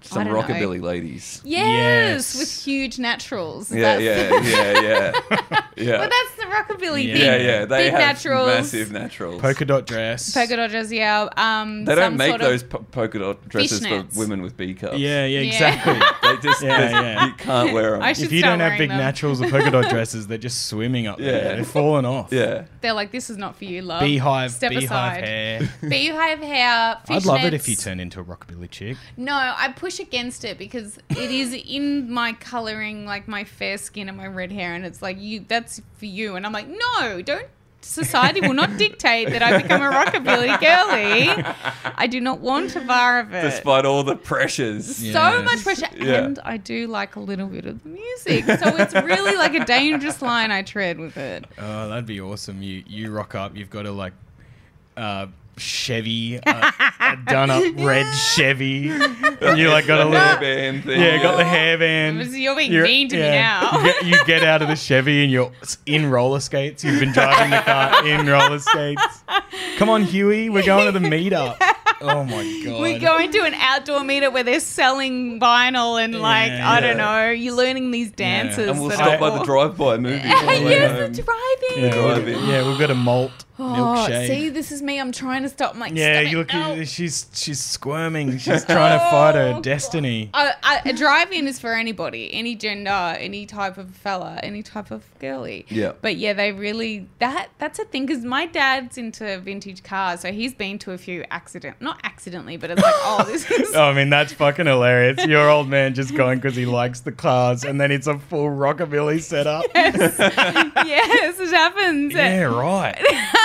D: Some
F: don't know.
D: rockabilly ladies.
F: Yes,
E: Yes.
F: with huge naturals.
D: Yeah,
F: That's- [laughs]
D: yeah, yeah, yeah, yeah.
F: But that's the rockabilly
E: Yeah.
F: thing.
D: yeah, yeah. They
F: Big
D: have
F: naturals.
D: massive naturals.
E: Polka dot dress.
F: Polka dodgers, yeah. Um,
D: they don't
F: some
D: make
F: sort of-
D: those po- polka dot dresses
F: Fishnets.
D: for women with B cups.
E: Yeah, yeah,
F: Yeah. [laughs]
E: exactly.
D: they just
E: Yeah,
D: there's-
E: yeah.
D: you can't wear them.
F: I should
E: if you
F: start
E: don't have
F: wearing
E: big
F: them.
E: naturals or polka
F: [laughs]
E: dot dresses, they're just swimming up there.
D: Yeah.
E: They're falling off.
D: yeah,
F: They're like, this is not for you, love.
E: Beehive,
F: Step
E: beehive
F: aside. [laughs]
E: hair.
F: Beehive hair.
E: I'd love it
F: fishnets.
E: if you turned into a rockabilly chick.
F: No, I push against it because it is in my coloring, like my fair skin and my red hair, and it's like you. That's for you, and I'm like, no, don't. Society will not dictate that I become a rockabilly girly. I do not want a bar of it.
D: despite all the pressures.
F: so
E: Yes.
F: much pressure,
D: [laughs] Yeah.
F: and I do like a little bit of the music, so it's really like a dangerous line I tread with it.
E: Oh, that'd be awesome. You you rock up. You've got a like uh, Chevy, uh, a done
F: [laughs]
E: up red Chevy. And you like got a little.
D: hairband thing.
E: Yeah, got the hairband.
F: Obviously, You're being
E: You're-
F: mean to
E: yeah.
F: me now.
E: You get, you get out of the Chevy and you're s- in roller skates. You've been driving the
F: [laughs]
E: car in roller skates. Come on, Huey, we're going to the
F: [laughs]
E: meetup. Oh my god.
F: We're going to an outdoor meetup where they're selling vinyl and like
E: Yeah.
F: I don't know. You're learning these dances.
D: and we'll
F: that
D: stop
F: are
D: by the
F: all-
D: drive-by movie. um, on the way
F: [laughs] yes,
D: home.
F: the driving.
E: um, Yeah, we'll-
D: Driving.
E: yeah, we've got a malt
F: Oh,
E: milkshake.
F: see, this is me. I'm trying to stop my.
E: yeah,
F: stop it.
E: you look.
F: Ow.
E: She's she's squirming. She's trying to fight
F: Oh,
E: her
F: God.
E: destiny.
F: I- I- a drive-in is for anybody, any gender, any type of fella, any type of girly.
D: Yeah.
F: But yeah, they really that that's a thing because my dad's into vintage cars, so he's been to a few accident, not accidentally, but it's like, oh, this
E: [laughs]
F: is. [laughs]
E: Oh, I mean, that's fucking hilarious. Your old man just going because he likes the cars, and then it's a full rockabilly setup.
F: yes, it happens.
E: Yeah, right.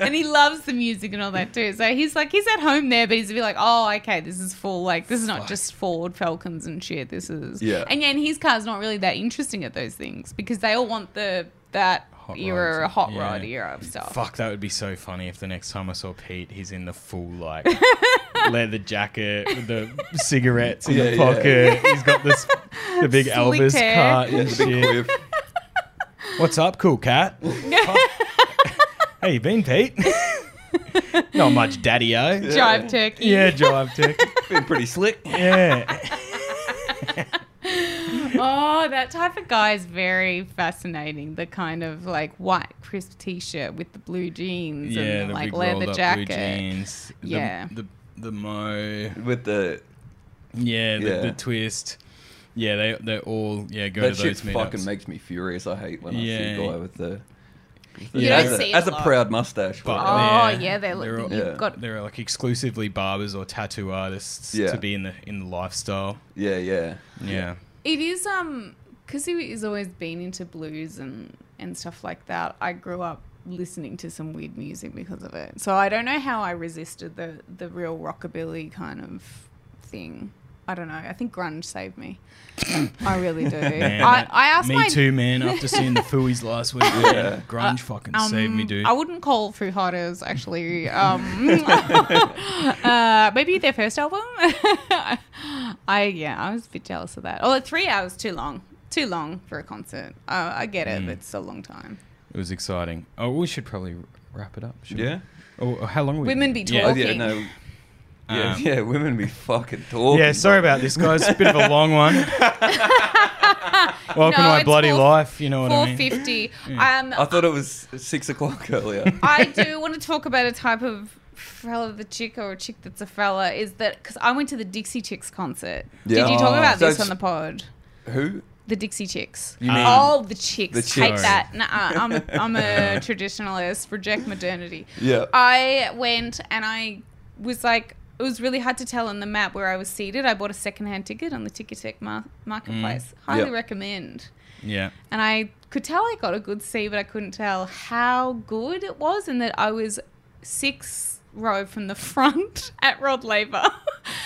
F: and he loves the music and all that too. So he's like, he's at home there, but he's be like, oh, okay, this is full. Like, this is not just Ford Falcons and shit. This is
D: Yeah.
F: And yeah, and his car's not really that interesting at those things because they all want the that
E: Hot
F: era,
E: rods.
F: hot
E: Yeah.
F: rod era of stuff.
E: Fuck, that would be so funny if the next time I saw Pete, he's in the full
F: [laughs]
E: like leather jacket with the cigarettes in
D: Yeah, yeah.
E: the pocket. He's got this the big
F: Slick
E: Elvis
F: hair.
E: cut
D: Yeah,
E: and
D: the big
E: shit.
D: quiff.
E: What's up, cool
F: [laughs]
E: cat? How you been, Pete? Not much, daddy o. Yeah.
F: Drive
E: [laughs]
F: turkey.
E: yeah, drive tick.
F: [laughs]
D: Been pretty slick.
E: Yeah.
F: oh, that type of guy is very fascinating. The kind of like white crisp t-shirt with the blue jeans
E: yeah,
F: and
E: the
F: the, like
E: big
F: leather
E: rolled-up
F: jacket.
E: blue jeans. the-
F: Yeah.
E: the the mo.
D: with the
E: Yeah, the,
D: Yeah.
E: the twist. Yeah, they they all yeah go
D: that
E: to
D: shit
E: those meetups.
D: fucking makes me furious. I hate when I
E: Yeah.
D: see a guy with the. with the-
F: You
D: as
F: don't
D: a,
F: see it
D: as a
F: a lot.
D: proud mustache.
E: But
D: whatever.
F: Oh
E: they're-
F: yeah, they're,
E: they're all-
F: you've
D: Yeah.
F: got
E: They're like exclusively barbers or tattoo artists
D: Yeah.
E: to be in the in the lifestyle.
D: yeah, yeah.
E: Yeah,
F: It is um because he has always been into blues and and stuff like that. I grew up listening to some weird music because of it. So I don't know how I resisted the the real rockabilly kind of thing. I don't know. I think grunge saved me. I really do.
E: Man,
F: [laughs] I, I asked
E: me
F: my [laughs]
E: too, man. After seeing the Fooies last week, yeah. grunge fucking saved me,
F: um,
E: dude.
F: I wouldn't call Foo Fighters actually. Um, [laughs] uh, maybe their first album. [laughs] I yeah, I was a bit jealous of that. Oh, three hours too long. Too long for a concert. Uh, I get
E: Mm.
F: it. but It's a long time.
E: it was exciting. Oh, we should probably wrap it up. Should
D: Yeah?
E: We? Oh, how long? Are we
F: Women be
E: Yeah.
D: Oh,
F: talking.
D: yeah, no. Yeah,
E: Um,
D: yeah, women be fucking talking.
E: Yeah, sorry about this, guys. It's a bit of a long
F: [laughs]
E: one. [laughs] Welcome
F: No,
E: to my
F: it's
E: bloody
F: four-
E: life. You know what I
F: Four
E: mean?
F: fifty. Um,
D: I thought it was six o'clock
E: [laughs]
D: earlier.
F: I do [laughs] want to talk about a type of fella, the chick or a chick that's a fella. Is that because I went to the Dixie Chicks concert?
D: Yeah.
F: Did you talk about
D: So
F: this
D: it's-
F: on the pod?
D: Who?
F: The Dixie Chicks.
D: You
E: mean-
F: all the chicks
D: The
F: hate
D: chicks.
F: that. Nuh-uh. I'm a,
D: [laughs]
F: I'm a traditionalist. Reject modernity.
D: Yeah.
F: Uh, I went and I was like, it was really hard to tell on the map where I was seated. I bought a secondhand ticket on the Ticketek mar- marketplace. Highly
D: Mm. Yep.
F: recommend.
E: Yeah.
F: And I could tell I got a good seat, but I couldn't tell how good it was, and that I was six row from the [laughs] front at Rod Laver,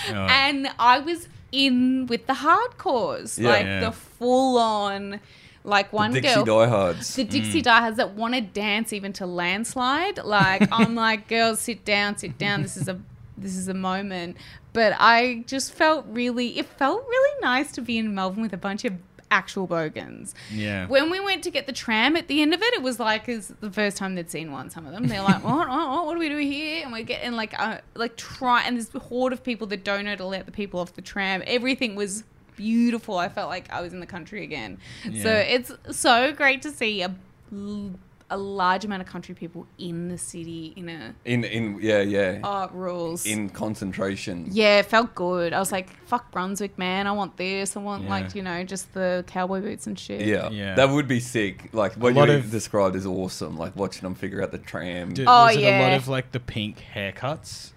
F: and I was in with the hardcores,
D: Yeah.
F: like
E: Yeah.
F: the full on, like one
D: Dixie Mm.
F: girl.
D: Diehards.
F: the Dixie Diehards that want to dance even to landslide.
D: [laughs]
F: Like I'm like, girls, sit down, sit down. This is a this is a moment. But I just felt really it felt really nice to be in Melbourne with a bunch of actual bogans.
E: Yeah.
F: When we went to get the tram at the end of it, it was like is the first time they'd seen one. Some of them they're like, what, what, what, what do we do here? And we're getting like, uh, like try and this horde of people that don't know to let the people off the tram. Everything was beautiful. I felt like I was in the country again. So
E: Yeah.
F: it's so great to see a l- a large amount of country people in the city in a
D: In in yeah yeah.
F: art rules.
D: in concentration.
F: Oh. yeah, it felt good. I was like, fuck Brunswick, man. I want this. I want
E: Yeah.
F: like you know just the cowboy boots and shit.
D: Yeah.
E: Yeah.
D: that would be sick. Like what
E: lot
D: you
E: of-
D: described is awesome. Like watching them figure out the tram.
E: Dude,
F: Oh,
E: was it a lot
F: yeah.
E: of like the pink haircuts?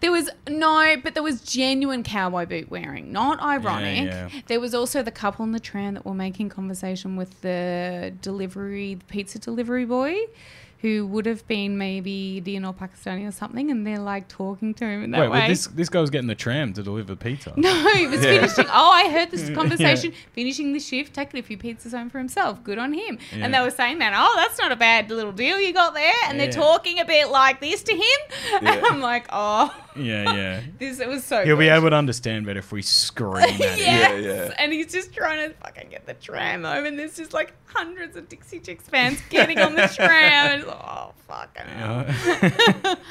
F: There was no, but there was genuine cowboy boot wearing, not ironic.
E: yeah.
F: There was also the couple in the tram that were making conversation with the delivery, the pizza delivery boy, who would have been maybe Indian or Pakistani or something, and they're like talking to him in that
E: Wait,
F: way.
E: well, this this guy was getting the tram to deliver pizza.
F: [laughs] No, he was finishing. Oh, I
E: [laughs]
F: heard this conversation. Finishing the shift, taking a few pizzas home for himself. Good on him.
E: Yeah.
F: And they were saying that. Oh, that's not a bad little deal you got there. And
E: Yeah.
F: they're talking a bit like this to him.
D: Yeah.
F: And [laughs] I'm like, oh,
E: Yeah,
F: [laughs]
E: yeah.
F: this it was so.
E: He'll be
F: good.
E: able to understand better if we scream
F: [laughs]
E: at him.
F: yes.
D: yeah.
F: And he's just trying to fucking get the tram home, and there's just like hundreds of Dixie Chicks fans getting on the tram. And it's like, oh, fucking hell.
E: Uh,
F: [laughs]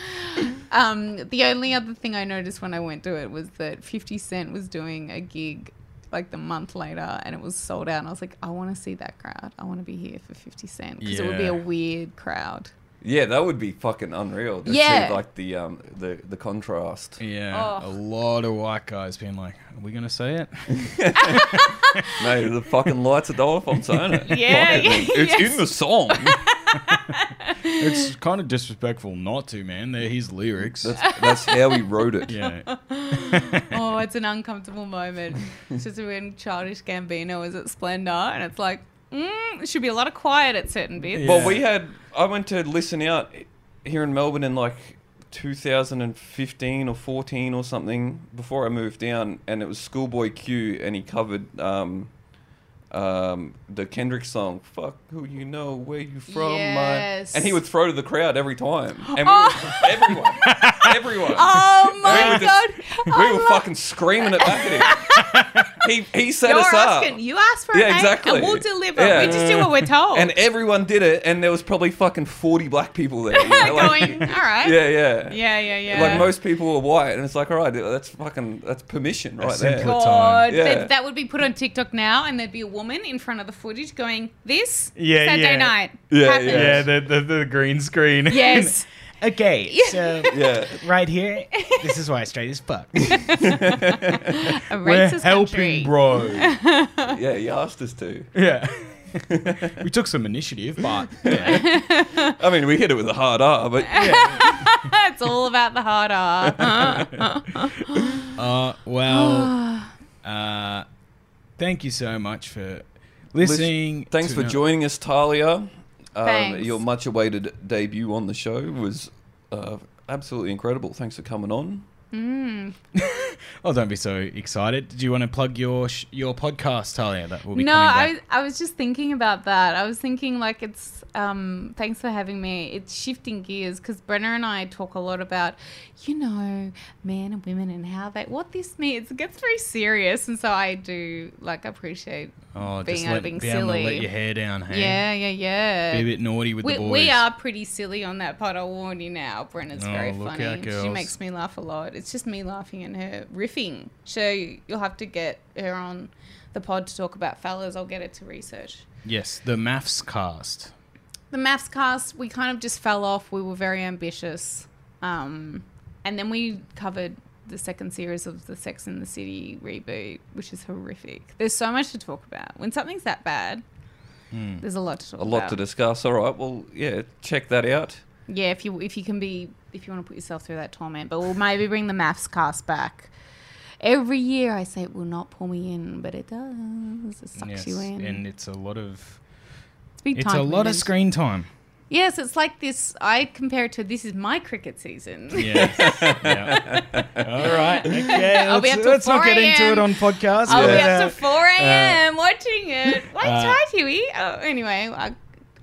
F: Um, the only other thing I noticed when I went to it was that 50 Cent was doing a gig like the month later and it was sold out. And I was like, I want to see that crowd. I want to be here for 50 Cent because it would be
E: Yeah.
F: a weird crowd.
D: Yeah, that would be fucking unreal. To
F: Yeah.
D: see, like the um the the contrast.
E: [laughs] yeah,
F: Oh.
E: a lot of white guys being like, "Are we gonna say it?"
D: No, the fucking lights are off.
E: [laughs]
D: I'm saying it.
F: Yeah,
D: Fucking-
F: yeah,
D: it's
F: yes.
D: in the
F: [laughs]
D: song.
E: it's kind of disrespectful not to, man. They're his lyrics.
D: That's, that's how he wrote it.
E: [laughs] yeah,
F: [laughs] oh, it's an uncomfortable moment. It's just when Childish Gambino was at Splendor and it's like, mm, there should be a lot of quiet at certain bits.
D: Well,
E: Yeah.
D: we had. I went to listen out here in Melbourne in like 2015 or 14 or something before I moved down, and it was Schoolboy Q, and he covered um, um, the Kendrick song "Fuck Who You Know, Where You From,"
F: Yes.
D: my, and he would throw to the crowd every
F: [gasps]
D: time, and we were, [laughs] everyone, everyone.
F: Oh
D: [laughs] We
F: my
D: were
F: god!
D: [laughs]
F: Oh [laughs]
D: just- we were fucking screaming it back at him. he, he set
F: You're
D: us up.
F: asking. You ask for
D: Yeah,
F: a name,
D: exactly.
F: and we'll deliver.
D: Yeah.
F: We just do what we're
D: [laughs]
F: told.
D: And everyone did it, and there was probably fucking 40 black people
F: [laughs]
D: there. you know, like-
F: going, all right.
D: yeah, yeah.
F: yeah, yeah, yeah.
D: Like most people are white, and it's like, all right, that's fucking, that's permission right there.
E: simple-
F: God,
D: Yeah.
F: that, that would be put on TikTok now, and there'd be a woman in front of the footage going, "This
E: Yeah,
F: Saturday
E: yeah.
F: night
D: Yeah,
E: [laughs]
F: happened."
E: Yeah, the, the, the green screen. [laughs]
F: Yes. [laughs]
B: Okay, so
D: Yeah.
B: right here, this is why straight as fuck.
F: a
E: We're
F: racist
E: helping,
F: country.
E: bro.
D: Yeah, he asked us to.
E: yeah. [laughs] we took some initiative,
F: [laughs]
E: but yeah.
D: I mean, we hit it with a hard R, but
F: [laughs] it's all about the hard R.
D: [laughs]
E: uh, well,
F: [sighs]
E: uh, thank you so much for listening.
D: thanks
E: to
D: for
E: no-
D: joining us, Talia. Um,
F: Thanks.
D: your much awaited debut on the show was uh, absolutely incredible. Thanks for coming on.
E: Oh, don't be so excited. Do you want to plug your sh- your podcast, Talia? That will be
F: no,
E: coming back.
F: I was, I was just thinking about that. I was thinking like it's um thanks for having me. It's shifting gears because Brenner and I talk a lot about you know men and women and how they what this means. It gets very serious, and so I do like appreciate.
E: Oh,
F: being
E: just
F: out
E: let,
F: of being
E: be able to
F: silly.
E: let your hair down, hey?
F: Yeah, yeah, yeah.
E: Be a bit naughty with
F: we,
E: the boys.
F: we are pretty silly on that part. I warn you now. Brenna's
E: Oh,
F: very
E: look
F: funny.
E: out,
F: She
E: girls.
F: makes me laugh a lot. It's just me laughing and her riffing. So you'll have to get her on the pod to talk about fellas. I'll get it to research.
E: Yes, the maths cast.
F: the maths cast we kind of just fell off we were very ambitious um, and then we covered the second series of the sex and the city reboot which is horrific there's so much to talk about when something's that bad
E: Hmm.
F: there's a lot to talk
D: A
F: about
D: lot to discuss. All right, well, yeah, check that out.
F: yeah if you if you can be if you want to put yourself through that torment but we'll maybe bring the maths cast back every year i say it will not pull me in but it does it sucks
E: yes,
F: you in
E: and it's a lot of
F: it's, big
E: it's
F: time
E: a lot of
F: commitment.
E: screen
F: [laughs]
E: time.
F: yes it's like this i compare it to this is my cricket season [laughs]
E: Yes. [laughs] yeah. All right. Okay.
F: I'll be
E: let's
F: up till
E: let's not
F: 4
E: get into
F: a.m..
E: it on podcast.
F: I'll
E: but,
F: be
E: uh,
F: up to 4 a.m. watching it. Why
E: uh,
F: tight, Huey? Oh, anyway, I,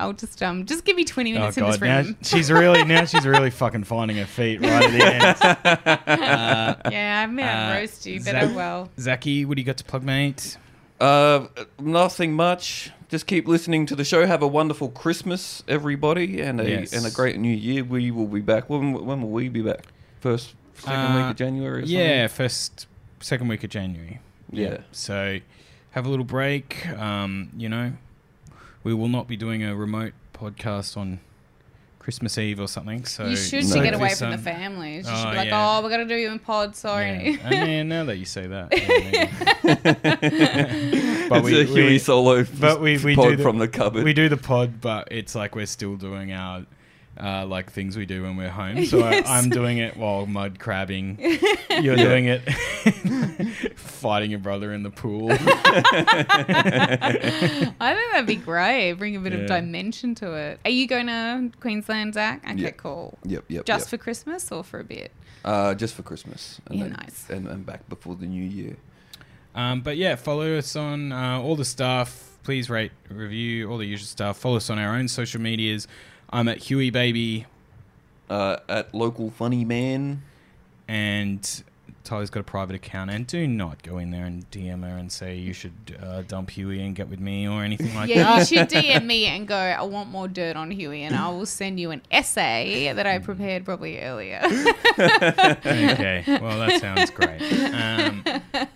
F: I'll just um, just give me 20
E: Oh
F: minutes in
E: god!
F: this
E: Now
F: room.
E: she's really [laughs] now she's really fucking finding her feet right at the end.
F: [laughs]
E: [laughs]
F: yeah, I may have
E: Uh,
F: Uh, roast you, but
E: Zach-
F: oh well.
E: Zachy, what do you got to plug, mate?
D: Uh, nothing much. Just keep listening to the show. Have a wonderful Christmas, everybody, and a
E: Yes.
D: and a great New Year. We will be back. When when will we be back? First, second week
E: Uh,
D: of January. Or
E: Yeah, first, second week of January.
D: something? yeah.
E: So have a little break. Um, you know, we will not be doing a remote podcast on Christmas Eve or something. So
F: you should
D: No.
F: to
E: save
F: get away
E: this,
F: from the
E: um,
F: families. You
E: oh,
F: should be like,
E: yeah.
F: oh, we're going to do you in pod, [laughs] sorry.
E: Yeah. I mean, now that you say that.
F: [laughs]
E: yeah, [laughs] yeah.
D: But it's a Huey solo
E: but we-
D: [laughs]
E: we
D: pod
E: do the-
D: from the cupboard.
E: we do the pod, but it's like we're still doing our uh, like things we do when we're home. So
F: [laughs] Yes.
E: I, I'm doing it while mud
F: [laughs]
E: crabbing. You're doing it [laughs] fighting your brother in the
F: [laughs]
E: pool.
F: [laughs] I think that'd be great. Bring a bit
E: Yeah.
F: of dimension to it. Are you going to Queensland, Zach? Okay,
D: Yeah.
F: cool.
D: Yep, yep.
F: Just
D: yep.
F: for Christmas or for a bit?
D: uh, just for Christmas. And
F: Yeah,
D: then-
F: nice.
D: And, and back before the New Year.
E: Um, but yeah, follow us on uh, all the stuff. Please rate, review, all the usual stuff. Follow us on our own social medias. I'm at Huey Baby,
D: Uh, at local funny man.
E: and Tyler's got a private account. And do not go in there and DM her and say you should uh, dump Huey and get with me or anything like that.
F: Yeah,
E: [laughs]
F: you should DM me and go, I want more dirt on Huey, and I will send you an essay that I prepared probably earlier.
E: Okay, well that sounds great. Um,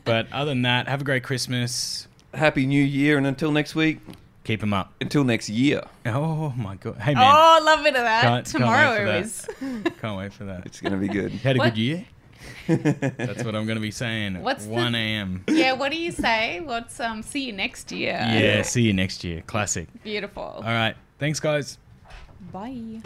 E: but other than that, have a great Christmas.
D: Happy New Year, and until next week.
E: Keep them up.
D: Until next year.
E: Oh my god! Hey man,
F: [laughs] Oh, love bit of that.
E: Can't- can't wait
F: Tomorrow
E: for
F: it
E: that.
F: is.
E: can't wait for that.
D: It's gonna be good.
E: Had a
F: What-
E: good year. [laughs] That's what I'm going to be saying. at
F: What's the-
E: 1 a.m.
F: Yeah, what do you say? What's um see you next year.
E: Yeah, see you next year. Classic.
F: Beautiful.
E: All right. Thanks, guys.
F: Bye.